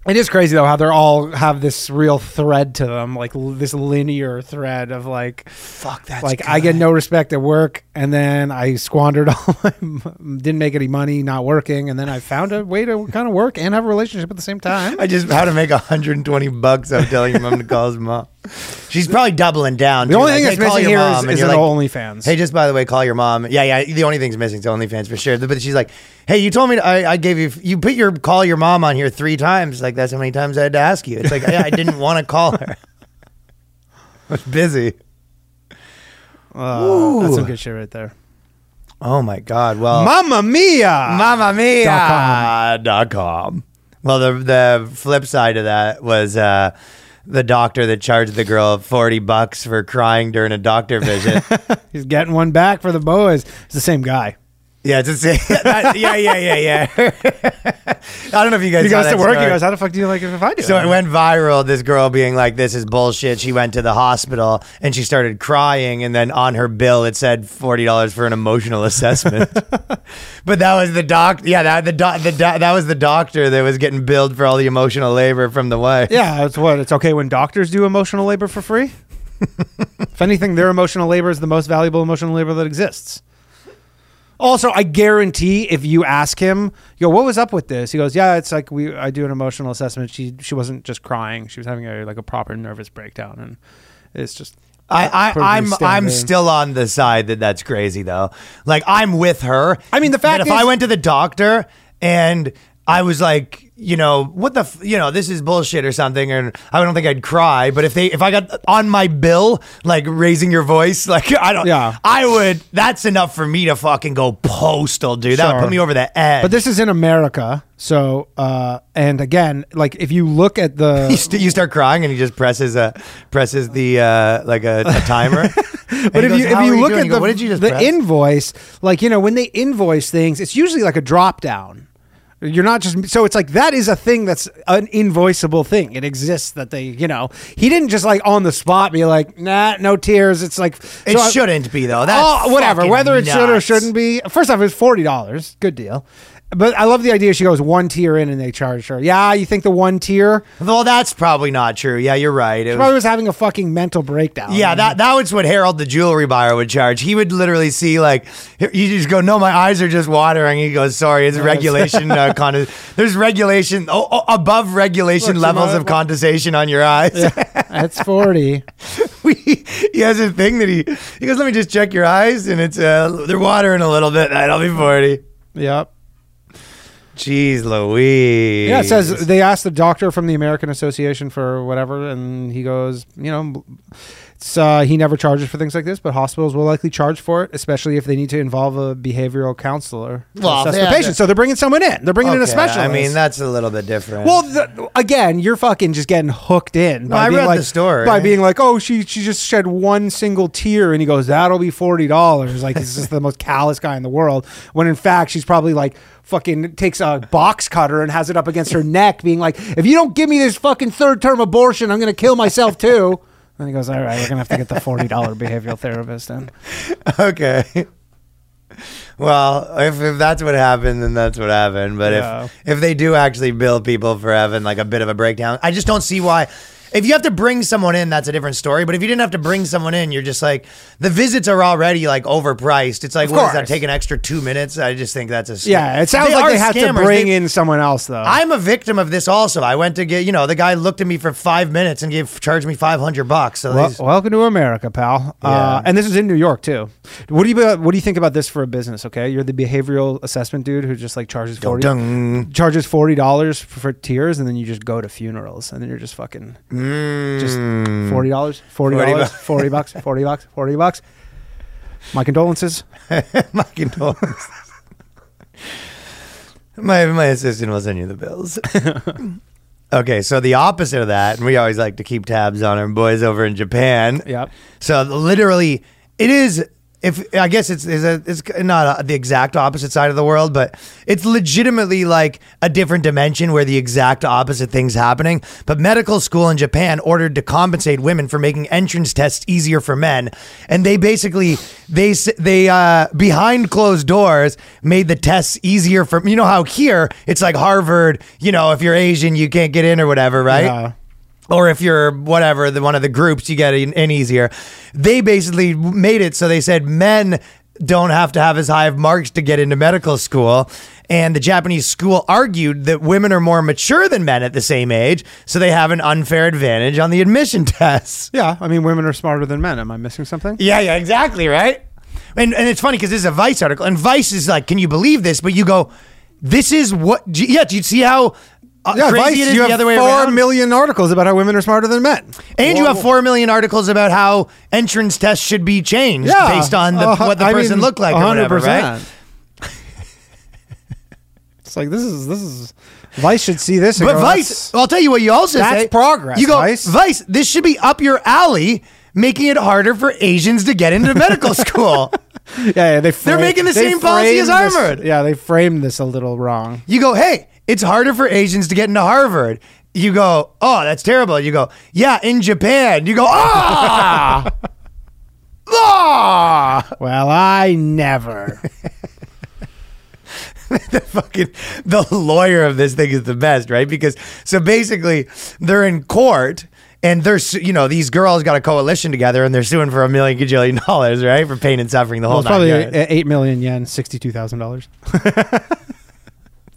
S2: It is crazy though how they're all have this real thread to them, like l- this linear thread of like,
S1: Fuck that's
S2: like I get no respect at work, and then I squandered [LAUGHS] all my, m- didn't make any money, not working, and then I found a way to kind of work and have a relationship at the same time.
S1: I just how to make 120 bucks I'm telling your mom to call his mom. She's probably doubling down.
S2: The
S1: too,
S2: only
S1: like,
S2: thing that's
S1: hey, call
S2: missing
S1: your
S2: here
S1: mom,
S2: is,
S1: and
S2: is
S1: you're
S2: an
S1: like,
S2: OnlyFans.
S1: Hey, just by the way, call your mom. Yeah, yeah. The only thing's missing is OnlyFans for sure. But she's like, hey, you told me I, I gave you you put your call your mom on here three times. Like that's how many times I had to ask you. It's like yeah, I didn't [LAUGHS] want to call her. I was busy.
S2: Uh, that's some good shit right there.
S1: Oh my God! Well,
S2: Mamma mia!
S1: Mamma Mia
S2: Dot
S1: dot com. Well, the the flip side of that was uh, the doctor that charged the girl forty bucks [LAUGHS] for crying during a doctor visit.
S2: He's getting one back for the boys. It's the same guy.
S1: Yeah, just yeah, [LAUGHS] yeah, yeah, yeah. [LAUGHS] I don't know if you guys.
S2: You
S1: saw
S2: goes
S1: that
S2: to work.
S1: story.
S2: He goes, "How the fuck do you like it if I
S1: [LAUGHS]
S2: do?"
S1: So
S2: it?"
S1: it went viral. This girl being like, "This is bullshit." She went to the hospital and she started crying, and then on her bill it said forty dollars for an emotional assessment. but that was the doc. Yeah, that the doc. The doc that was the doctor that was getting billed for all the emotional labor from the wife.
S2: Yeah, it's what it's okay when doctors do emotional labor
S1: [LAUGHS]
S2: for free. if anything, their emotional labor is the most valuable emotional labor that exists. Also, I guarantee if you ask him, yo, what was up with this? He goes, yeah, it's like we I do an emotional assessment. She she wasn't just crying; she was having a like a proper nervous breakdown, and it's just
S1: I,
S2: perfectly
S1: I I'm I'm
S2: standard.
S1: still on the side that that's crazy though. Like I'm with her.
S2: I mean, the fact
S1: that if
S2: is-
S1: I went to the doctor and I was like, you know, what the, f- you know, this is bullshit or something, and I don't think I'd cry. But if they, if I got on my bill, like raising your voice, [LAUGHS] like I don't,
S2: Yeah.
S1: I would. That's enough for me to fucking go postal, dude. That would
S2: Sure.
S1: put me over the edge.
S2: But this is in America, so uh, and again, like if you look at the
S1: [LAUGHS] You, st- you start crying and he just presses a presses the uh, like a, a
S2: [LAUGHS]
S1: timer.
S2: But if you if you look at the,
S1: what did you just
S2: the
S1: press?"
S2: invoice, like you know when they invoice things, it's usually like a drop down. You're not just so it's like that is a thing that's an invoiceable thing. It exists that they you know he didn't just like on the spot be like nah no tears. It's like
S1: It
S2: so I-
S1: shouldn't be though. That's
S2: oh, whatever.
S1: fucking
S2: Whether it should or
S1: nuts.
S2: shouldn't be. First off, it was forty dollars. Good deal. But I love the idea. She goes one tier in, and they charge her. Yeah, you think the one tier?
S1: Well, that's probably not true. Yeah, you're right. It
S2: Probably
S1: was,
S2: was having a fucking mental breakdown.
S1: yeah, that that was what Harold the jewelry buyer would charge. He would literally see like you just go, no, my eyes are just watering. He goes, sorry, it's regulation.
S2: [LAUGHS]
S1: Uh, con- there's regulation oh, oh, above regulation
S2: Look, so
S1: levels
S2: my-
S1: of condensation on your eyes.
S2: that's forty.
S1: [LAUGHS]
S2: [LAUGHS]
S1: we, he has a thing that he he goes, let me just check your eyes, and it's uh, they're watering a little bit. That'll be forty.
S2: yep.
S1: Jeez, Louise.
S2: Yeah, it says they asked the doctor from the American Association for whatever, and he goes, you know, it's, uh, he never charges for things like this, but hospitals will likely charge for it, especially if they need to involve a behavioral counselor to
S1: Well,
S2: assess
S1: they
S2: the
S1: have
S2: patient.
S1: to-
S2: So they're bringing someone in. They're bringing in a
S1: Okay,
S2: specialist.
S1: I mean, that's a little bit different.
S2: well, the, again, you're fucking just getting hooked in.
S1: I
S2: being
S1: read
S2: like,
S1: the story.
S2: by being like, oh, she she just shed one single tear, and he goes, that'll be forty dollars. Like, this is the most callous guy in the world. When in fact, she's probably like fucking takes a box cutter and has it up against her neck, being like, if you don't give me this fucking third term abortion, I'm gonna kill myself too. And he goes, all right, we're gonna have to get the forty dollar behavioral therapist in.
S1: [LAUGHS] okay. Well, if, if that's what happened, then that's what happened. But
S2: Yeah.
S1: if if they do actually bill people for having like a bit of a breakdown, I just don't see why. If you have to bring someone in, that's a different story. But if you didn't have to bring someone in, you're just like the visits are already like overpriced. It's like, what does that
S2: course.
S1: take an extra two minutes? I just think that's a scam.
S2: Yeah, it sounds like
S1: are
S2: they have to
S1: scammers.
S2: bring
S1: They-
S2: in someone else though.
S1: I'm a victim of this also. I went to get, you know, the guy looked at me for five minutes and gave charged me five hundred bucks. So
S2: Well,
S1: these-
S2: welcome to America, pal.
S1: Yeah.
S2: Uh, and this is in New York too. What do you uh, what do you think about this for a business? Okay, you're the behavioral assessment dude who just like charges forty
S1: dung.
S2: charges forty dollars for, for tears, and then you just go to funerals, and then you're just fucking just forty dollars, Mm. forty dollars, forty bucks, forty bucks, forty bucks. My condolences.
S1: my condolences. my my assistant will send you the bills. okay, so the opposite of that, and we always like to keep tabs on our boys over in Japan.
S2: Yep.
S1: So literally, it is. If I guess it's is a, it's not a, the exact opposite side of the world, but it's legitimately like a different dimension where the exact opposite thing's happening. But medical school in Japan ordered to compensate women for making entrance tests easier for men, and they basically they s- they uh, behind closed doors made the tests easier for you know how here it's like Harvard, you know if you're Asian you can't get in or whatever, right?
S2: Yeah.
S1: or if you're whatever the one of the groups you get in, in easier they basically made it so they said men don't have to have as high of marks to get into medical school and the japanese school argued that women are more mature than men at the same age so they have an unfair advantage on the admission [LAUGHS] tests
S2: Yeah, I mean, women are smarter than men. Am I missing something?
S1: yeah yeah exactly right and, and it's funny because this is a vice article and vice is like can you believe this but you go this is what yeah do you see how uh,
S2: Yeah,
S1: crazy
S2: Vice,
S1: it is
S2: you
S1: the
S2: have
S1: other way
S2: four
S1: around?
S2: million articles about how women are smarter than men.
S1: And you have four million articles about how entrance tests should be changed
S2: Yeah,
S1: based on the,
S2: Uh,
S1: what the
S2: I
S1: person
S2: mean,
S1: looked like or whatever, right?
S2: 100%. it's like this is this is Vice should see this. and
S1: But
S2: go,
S1: Vice,
S2: "That's-
S1: I'll tell you what you also
S2: That's
S1: say.
S2: progress,
S1: You go,
S2: Vice. [LAUGHS]
S1: this should be up your alley, making it harder for Asians to get into medical school.
S2: yeah, yeah, they fra-
S1: making the
S2: they
S1: same policy as
S2: framed this-
S1: Harvard.
S2: yeah, they framed this a little wrong.
S1: You go, hey, it's harder for Asians to get into Harvard. You go, oh, that's terrible. You go, yeah, in Japan. You go,
S2: [LAUGHS]
S1: ah, ah.
S2: Well, I
S1: [LAUGHS]
S2: never.
S1: fucking the lawyer of this thing is the best, right? Because so basically they're in court and they're su- you know these girls got a coalition together and they're suing for a million gajillion dollars, right, for pain and suffering the
S2: well,
S1: whole
S2: it's probably
S1: nine yards.
S2: uh, eight million yen, sixty-two thousand dollars. [LAUGHS]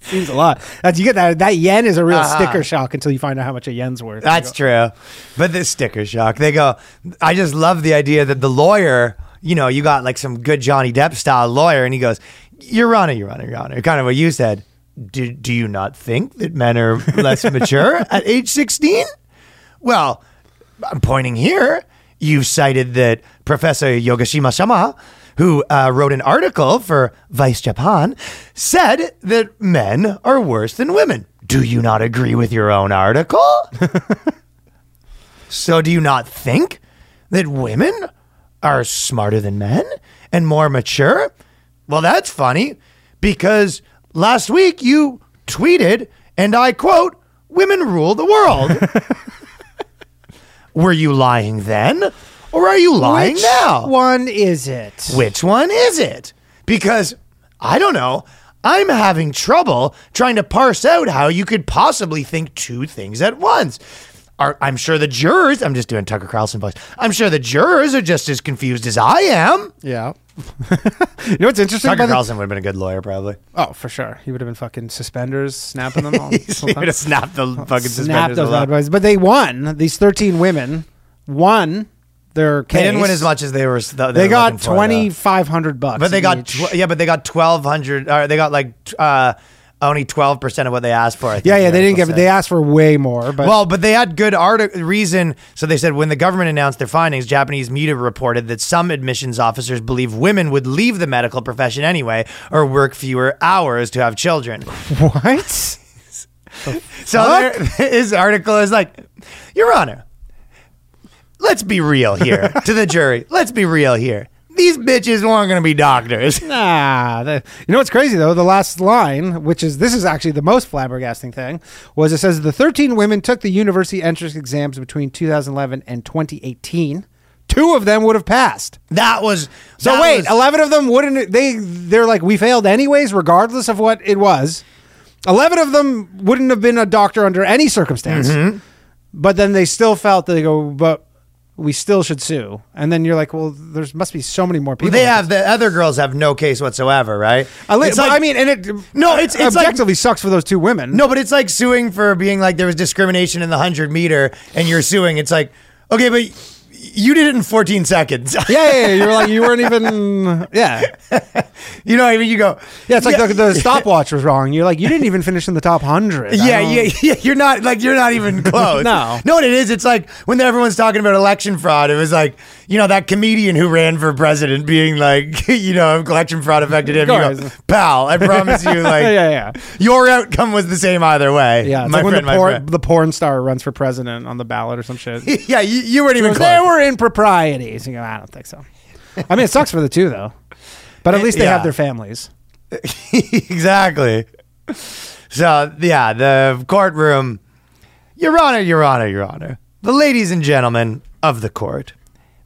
S2: Seems a lot. That's you get that. That yen is a real sticker shock until you find out how much a yen's worth.
S1: Uh-huh. That's true. But this sticker shock. They go, I just love the idea that the lawyer, you know, you got like some good Johnny Depp style lawyer, and he goes, Your Honor, Your Honor, Your Honor. Kind of what you said. Do, do you not think that men are less mature at age 16? Well, I'm pointing here. You've cited that Professor Yogashima Sama, who uh, wrote an article for Vice Japan, said that men are worse than women. Do you not agree with your own article? so, do you not think that women are smarter than men and more mature? Well, that's funny because last week you tweeted, and I quote, Women rule the world. Were you lying then? Or are you lying
S2: Which
S1: now?
S2: one is it?
S1: Which one is it? Because I don't know. I'm having trouble trying to parse out how you could possibly think two things at once. Are, I'm sure the jurors, I'm just doing Tucker Carlson voice. I'm sure the jurors are just as confused as I am.
S2: Yeah. [LAUGHS] you know what's interesting?
S1: Tucker
S2: about the-
S1: Carlson would have been a good lawyer, probably.
S2: Oh, for sure. He would have been fucking suspenders, snapping them all.
S1: [LAUGHS] he
S2: the whole
S1: would
S2: time.
S1: have snapped the fucking
S2: Snap
S1: suspenders.
S2: those
S1: along.
S2: bad boys. But they won. These 13 women won their case.
S1: They didn't win as much as they were. They,
S2: They
S1: were
S2: got
S1: looking for, though.
S2: 2,500 bucks.
S1: But they got
S2: each.
S1: tw- yeah, but they got twelve hundred. Or they got like t- uh, only twelve percent of what they asked for. I think
S2: yeah, yeah.
S1: the
S2: They didn't
S1: article
S2: give it. They
S1: said.
S2: asked for way more. But
S1: well, but they had good art- reason. So they said when the government announced their findings, Japanese media reported that some admissions officers believe women would leave the medical profession anyway or work fewer hours to have children.
S2: [LAUGHS] what?
S1: So there, [LAUGHS] his article is like, Your Honor, let's be real
S2: [LAUGHS]
S1: here to the jury. Let's be real here. These bitches weren't going to be doctors. [LAUGHS]
S2: Nah. the- you know what's crazy though? The last line, which is this is actually the most flabbergasting thing, was it says the 13 women took the university entrance exams between 2011 and 2018. Two of them would have passed.
S1: That was
S2: So
S1: that
S2: wait,
S1: was-
S2: eleven of them wouldn't. They they're like we failed anyways, regardless of what it was. Eleven of them wouldn't have been a doctor under any circumstance.
S1: Mm-hmm.
S2: But then they still felt that they go, but we still should sue. And then you're like, well, there's must be so many more people.
S1: They
S2: like
S1: have
S2: this.
S1: the other girls have no case whatsoever, right?
S2: A li-
S1: It's
S2: but
S1: like-
S2: I mean, and it
S1: No, it's- it's like-
S2: objectively sucks for those two women.
S1: no, but it's like suing for being like there was discrimination in the hundred meter, and you're suing. It's like okay, but you did it in 14 seconds. [LAUGHS]
S2: Yeah, yeah, yeah, you're like you weren't even. Yeah,
S1: you know what I mean? You go,
S2: yeah. It's like the, the stopwatch was wrong. You're like you didn't even finish in the top
S1: [LAUGHS]
S2: hundred.
S1: yeah, yeah, yeah. You're not like you're not even close.
S2: [LAUGHS] No.
S1: no, what it is. It's like when everyone's talking about election fraud. It was like you know that comedian who ran for president being like [LAUGHS] you know if election fraud affected him. You go,
S2: course.
S1: pal, I promise
S2: [LAUGHS]
S1: you, like
S2: Yeah, yeah.
S1: your outcome was the same either way.
S2: Yeah, it's
S1: my
S2: like
S1: friend,
S2: when
S1: my
S2: the porn,
S1: friend. [LAUGHS]
S2: the porn star runs for president on the ballot or some shit.
S1: yeah, you, you weren't even
S2: Because
S1: close.
S2: there were improprieties. You know, I don't think so. I mean, it sucks for the two though, but at least they
S1: yeah.
S2: have their families.
S1: [LAUGHS] exactly. So yeah, the courtroom. Your Honor, Your Honor, Your Honor. The ladies and gentlemen of the court.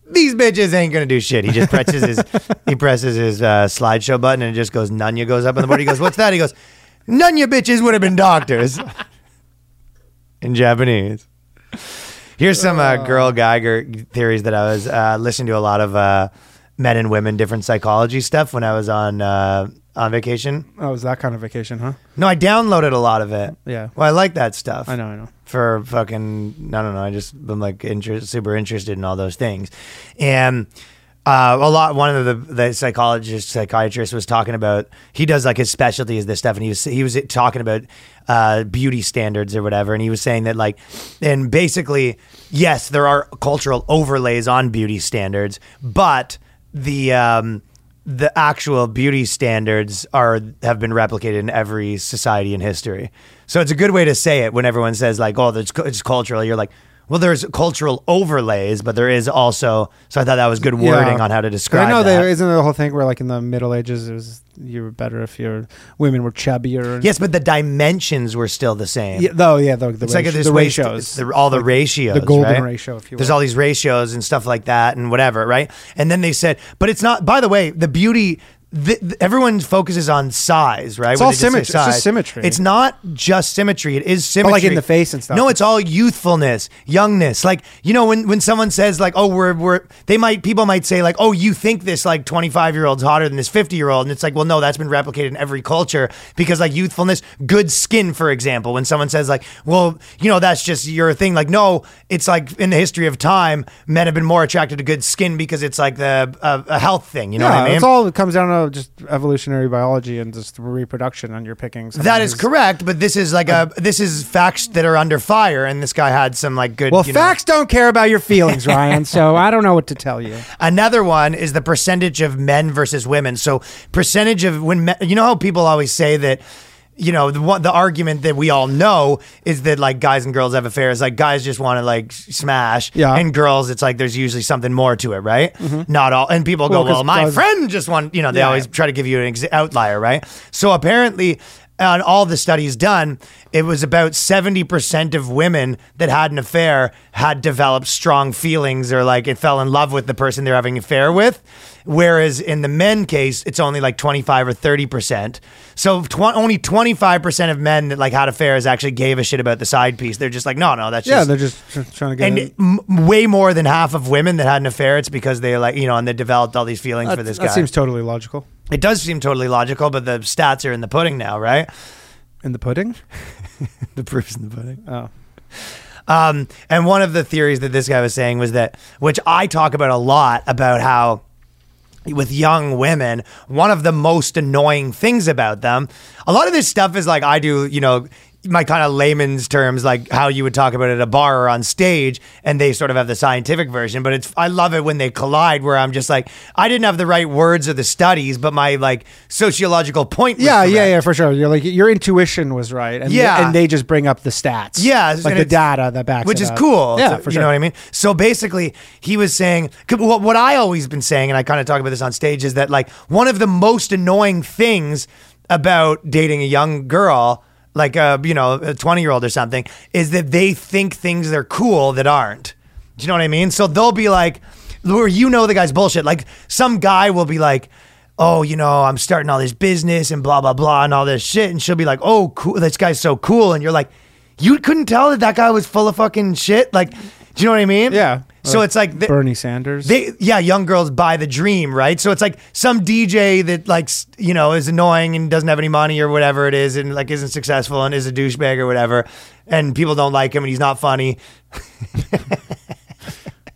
S1: These bitches ain't gonna do shit. He just presses his he presses his uh, slideshow button and it just goes Nunya goes up on the board. He goes, What's that? He goes, Nunya bitches would have been doctors. [LAUGHS] In Japanese. Here's some uh, girl Geiger theories that I was uh, listening to a lot of uh, men and women different psychology stuff when I was on uh, on vacation.
S2: Oh, it was that kind of vacation, huh?
S1: No, I downloaded a lot of it.
S2: Yeah.
S1: Well, I like that stuff.
S2: I know, I know.
S1: For fucking, I don't know. I just been like inter- super interested in all those things, and uh, a lot. One of the, the psychologist psychiatrist was talking about. He does like his specialty is this stuff, and he was he was talking about uh, beauty standards or whatever, and he was saying that like, and basically, yes, there are cultural overlays on beauty standards, but the um, the actual beauty standards are have been replicated in every society in history. So it's a good way to say it when everyone says like, "Oh, it's, cu- it's cultural." You're like, Well, there's cultural overlays, but there is also. So I thought that was good wording
S2: Yeah.
S1: on how to
S2: But
S1: describe.
S2: I know
S1: that.
S2: there isn't the whole thing where like in the Middle Ages it was you were better if your women were chubbier. And,
S1: Yes, but the dimensions were still the same.
S2: Yeah, though. Yeah. The, the,
S1: It's like
S2: ratio-
S1: there's
S2: the
S1: ways to-
S2: ratios.
S1: it's the- all the ratios,
S2: golden
S1: right?
S2: ratio, if you
S1: There's
S2: will.
S1: all these ratios and stuff like that, and whatever, right? And then they said, but it's not. By the way, the beauty. The, the- everyone focuses on size, right? It's
S2: all symmetry. It's just symmetry.
S1: It's not just symmetry. It is symmetry,
S2: like, in the face and stuff.
S1: No, it's all youthfulness, youngness. Like you know, when when someone says like, "Oh, we're we're," they might people might say like, "Oh, you think this like twenty five year old's hotter than this fifty year old?" And it's like, well, no, that's been replicated in every culture because like youthfulness, good skin, for example. When someone says like, "Well, you know, that's just your thing," like, no, it's like in the history of time, men have been more attracted to good skin because it's like the uh, a health thing. You know
S2: yeah,
S1: what I mean?
S2: it's all it comes down to just evolutionary biology and just reproduction, and you're picking. something
S1: that is
S2: who's-
S1: correct, but this is like a this is facts that are under fire, and this guy had some like good.
S2: Well,
S1: you know-
S2: facts don't care about your [LAUGHS] feelings, Ryan. so I don't know what to tell you.
S1: Another one is the percentage of men versus women. So percentage of when men, you know how people always say that. You know the one, the argument that we all know is that like guys and girls have affairs. Like guys just want to like s- smash,
S2: Yeah. Mm-hmm.
S1: And girls, it's like there's usually something more to it, right? Not all. And people go,
S2: Well, 'cause
S1: well, my
S2: guys-
S1: friend just want. You know, they
S2: Yeah.
S1: always try to give you an ex- outlier, right? So apparently, on all the studies done, it was about 70% of women that had an affair had developed strong feelings or like it fell in love with the person they're having an affair with. Whereas in the men case, it's only like 25 or 30%. So tw- only 25% of men that like had affairs actually gave a shit about the side piece. They're just like, no, no, that's
S2: Yeah,
S1: just.
S2: they're just tr- trying to get.
S1: and
S2: in.
S1: m- way more than half of women that had an affair, it's because they like, you know, and they developed all these feelings for
S2: That-
S1: this
S2: that
S1: guy.
S2: seems totally logical.
S1: It does seem totally logical, but the stats are in the pudding now, right?
S2: In the pudding.
S1: [LAUGHS] The proof's in the pudding.
S2: Oh.
S1: Um, and one of the theories that this guy was saying was that, which I talk about a lot, about how with young women, one of the most annoying things about them, a lot of this stuff is like I do, you know, my kind of layman's terms, like how you would talk about it at a bar or on stage, and they sort of have the scientific version. But it's I love it when they collide, where I'm just like, I didn't have the right words or the studies, but my like sociological point. Was
S2: Yeah, yeah,
S1: correct.
S2: yeah, for sure. You're like your intuition was right, and
S1: Yeah.
S2: and they just bring up the stats,
S1: Yeah, and
S2: like the
S1: it's-
S2: data that backs,
S1: which
S2: it
S1: is
S2: up.
S1: cool.
S2: yeah,
S1: So-
S2: for
S1: you
S2: sure.
S1: know what I mean. So basically, he was saying 'cause what, what I always been saying, and I kind of talk about this on stage, is that like one of the most annoying things about dating a young girl, like a you know a twenty year old or something, is that they think things are cool that aren't. Do you know what I mean? So they'll be like, where you know the guy's bullshit. Like some guy will be like, oh, you know, I'm starting all this business and blah blah blah and all this shit, and she'll be like, oh, cool, this guy's so cool, and you're like, you couldn't tell that that guy was full of fucking shit. Like, do you know what I mean?
S2: Yeah.
S1: So it's like the,
S2: Bernie Sanders.
S1: they, yeah, young girls buy the dream, right? So it's like some DJ that like s- you know is annoying and doesn't have any money or whatever it is, and like isn't successful and is a douchebag or whatever, and people don't like him and he's not funny.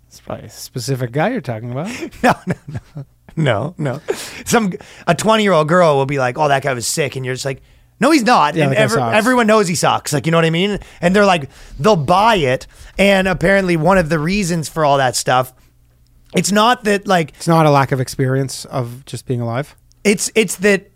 S2: It's probably a specific guy you're talking about.
S1: No, no, no. No, no. Some a twenty year old girl will be like, "Oh, that guy was sick," and you're just like, "No, he's not."
S2: Yeah,
S1: and
S2: that guy
S1: every-
S2: sucks.
S1: everyone knows he sucks. Like, you know what I mean? And they're like, they'll buy it. And apparently, one of the reasons for all that stuff, it's not that like
S2: It's not a lack of experience of just being alive.
S1: it's it's that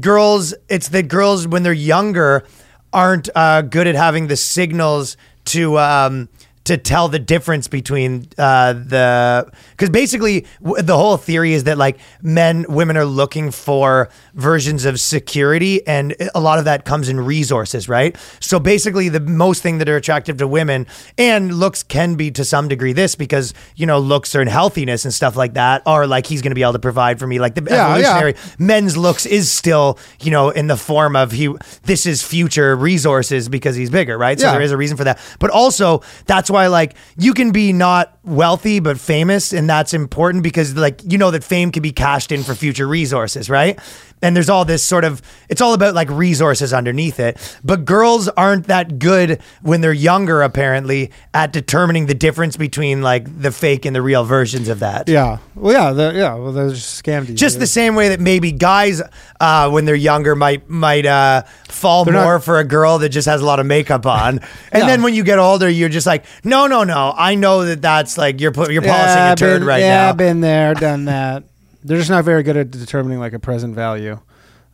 S1: girls it's that girls when they're younger aren't uh, good at having the signals to um, to tell the difference between uh, the because basically w- the whole theory is that like men women are looking for versions of security and a lot of that comes in resources right so basically the most thing that are attractive to women and looks can be to some degree this because you know looks and healthiness and stuff like that are like he's going to be able to provide for me like the
S2: yeah.
S1: evolutionary men's looks is still you know in the form of he this is future resources because he's bigger right so
S2: Yeah.
S1: there is a reason for that but also that's why like you can be not wealthy but famous and that's important because like you know that fame can be cashed in for future resources right and there's all this sort of it's all about like resources underneath it but girls aren't that good when they're younger apparently at determining the difference between like the fake and the real versions of that
S2: Yeah. Well, yeah. The, yeah. Well, they're just scammed. you.
S1: just the same way that maybe guys, uh, when they're younger, might might uh, fall
S2: not-
S1: more for a girl that just has a lot of makeup
S2: [LAUGHS]
S1: on, and then when you get older, you're just like, no, no, no. I know that that's like you're put, you're polishing
S2: yeah,
S1: a turd
S2: been,
S1: right
S2: yeah,
S1: now. [LAUGHS]
S2: been there, done that. They're just not very good at determining like a present value.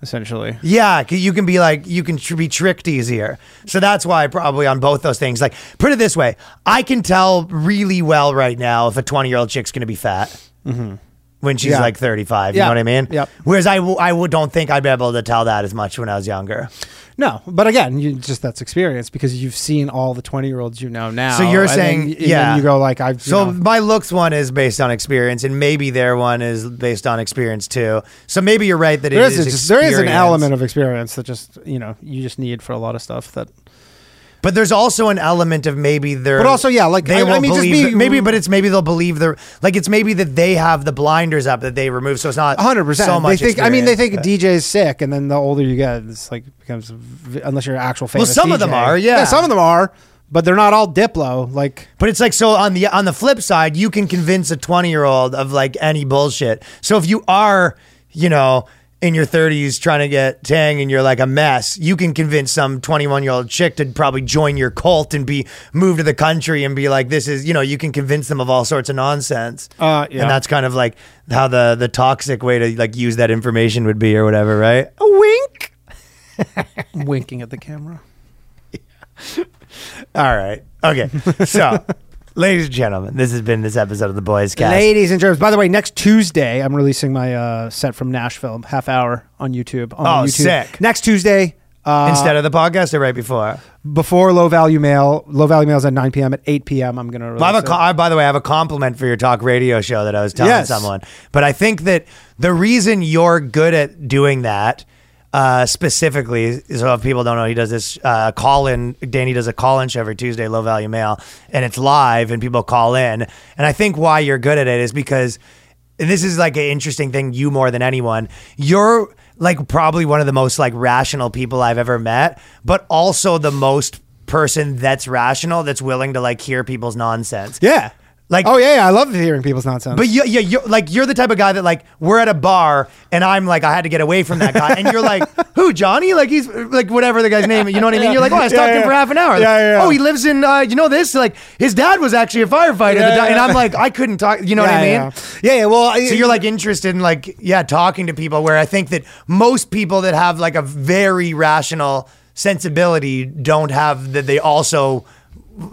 S2: essentially.
S1: Yeah, 'cause you can be like you can tr- be tricked easier. So that's why probably on both those things. Like put it this way, I can tell really well right now if a twenty-year-old chick's gonna be fat when she's
S2: Mm-hmm. Yeah.
S1: like thirty-five. You
S2: Yeah.
S1: know what I mean?
S2: Yep.
S1: Whereas I w- I would don't think I'd be able to tell that as much when I was younger.
S2: No, but again, you just that's experience because you've seen all the twenty year olds you know now.
S1: So you're
S2: and then-
S1: saying,
S2: and then
S1: yeah.
S2: you go like I've you
S1: So
S2: know.
S1: my looks one is based on experience, and maybe their one is based on experience too. So maybe you're right that
S2: there
S1: it
S2: is,
S1: is.
S2: just, there is an
S1: experience.
S2: element of experience that just you know you just need for a lot of stuff that
S1: But there's also an element of maybe they're.
S2: But also, yeah, like,
S1: they
S2: I- I
S1: will
S2: mean, just
S1: believe
S2: be-
S1: that- maybe, but it's maybe they'll believe they're like it's maybe that they have the blinders up that they remove, so it's not
S2: hundred percent.
S1: So much
S2: they think I mean they think
S1: experience,
S2: DJ is sick, and then the older you get, it's like becomes v- unless you're an actual famous.
S1: some of
S2: DJ.
S1: them are, yeah.
S2: some of them are, but they're not all Diplo. Like
S1: but, but it's like so on the on the flip side, you can convince a 20 year old of like any bullshit. So if you are, you know. In your 30s, trying to get tang, and you're like a mess. You can convince some 21 year old chick to probably join your cult and be moved to the country and be like, this is, you know, you can convince them of all sorts of nonsense.
S2: Uh, yeah.
S1: And that's kind of like how the the toxic way to like use that information would be or whatever, right?
S2: a wink, winking at the camera.
S1: All right. Okay.
S2: [LAUGHS]
S1: So, ladies and gentlemen, this has been this episode of the Boys Cast.
S2: Ladies and germs. By the way, next Tuesday I'm releasing my uh, set from Nashville, half hour on YouTube. On
S1: Oh,
S2: YouTube.
S1: sick.
S2: Next Tuesday. Uh,
S1: Instead of the podcast or right before.
S2: before low value mail, low value mail is at 9 p.m. At 8 p.m. I'm gonna. Release
S1: I have
S2: it.
S1: a co- I, by the way, I have a compliment for your talk radio show that I was telling
S2: Yes.
S1: someone. But I think that the reason you're good at doing that uh, specifically, so if people don't know, he does this uh, call in. Danny does a call in show every Tuesday, low value mail, and it's live, and people call in. And I think why you're good at it is because and this is like an interesting thing. You more than anyone, you're like probably one of the most like rational people I've ever met, but also the most person that's rational that's willing to like hear people's nonsense.
S2: yeah.
S1: Like-
S2: oh yeah, yeah, I love hearing people's nonsense.
S1: But you, yeah, you're like you're the type of guy that like we're at a bar and I'm like I had to get away from that guy and you're
S2: [LAUGHS]
S1: like who Johnny like he's like whatever the guy's name you know what I mean you're like oh I was
S2: Yeah,
S1: talking
S2: yeah.
S1: for half an hour
S2: Yeah, yeah, yeah.
S1: oh he lives in uh, you know this like his dad was actually a firefighter
S2: Yeah,
S1: the di- and
S2: yeah.
S1: I'm like I couldn't talk you know
S2: yeah,
S1: what I mean
S2: yeah. yeah, yeah. Well, I-
S1: so you're like interested in like yeah talking to people where I think that most people that have like a very rational sensibility don't have that they also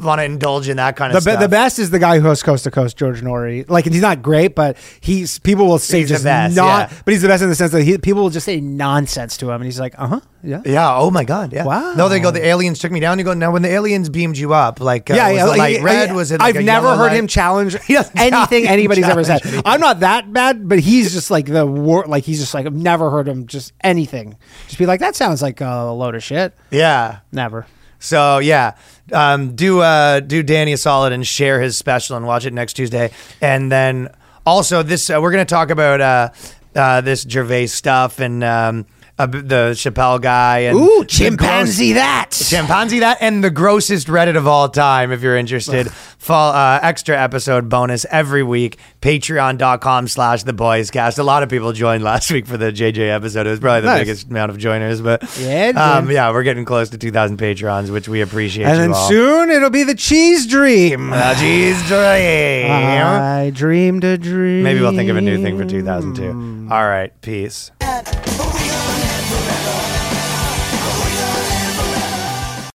S1: want to indulge in that kind
S2: The,
S1: of
S2: be-
S1: stuff.
S2: the best is the guy who hosts Coast to Coast, George Nori. Like, and he's not great, but he's people will say
S1: He's the
S2: just
S1: best,
S2: not.
S1: yeah.
S2: But he's the best in the sense that he, people will just say nonsense to him, and he's like, uh huh, yeah.
S1: Yeah. Oh my God. Yeah.
S2: Wow.
S1: No, they go. The aliens took me down. You go now. When the aliens beamed you up, like uh,
S2: Yeah,
S1: was
S2: yeah,
S1: it
S2: like,
S1: light
S2: yeah,
S1: red?
S2: yeah.
S1: Was it? Like
S2: I've
S1: a
S2: never
S1: yellow
S2: heard
S1: light? [LAUGHS]
S2: him challenge
S1: doesn't
S2: anything
S1: challenge-
S2: anybody's ever said.
S1: challenge
S2: I'm not that bad, but he's just like the war. Like he's just like I've never heard him just anything. Just be like that sounds like a load of shit.
S1: Yeah.
S2: Never.
S1: So yeah, um, do uh, do Danny a solid and share his special and watch it next Tuesday. And then also this uh, we're gonna talk about uh, uh, this Gervais stuff and um, uh, the Chappelle guy and
S4: Ooh,
S1: the
S4: chimpanzee that.
S1: Chimpanzee that and the grossest Reddit of all time. If you're interested, fall uh, extra episode bonus every week. Patreon.com slash the boys cast. A lot of people joined last week for the JJ episode. It was probably the
S2: Nice.
S1: biggest amount of joiners, but
S2: Yeah, dude.
S1: um, yeah, we're getting close to 2,000 patrons, which we appreciate.
S2: And
S1: you
S2: then
S1: all.
S2: soon it'll be the cheese dream.
S1: Uh, geez,
S2: [LAUGHS]
S1: dream.
S2: I dreamed a dream.
S1: Maybe we'll think of a new thing for 2002. All right, peace.
S3: But we are in it forever.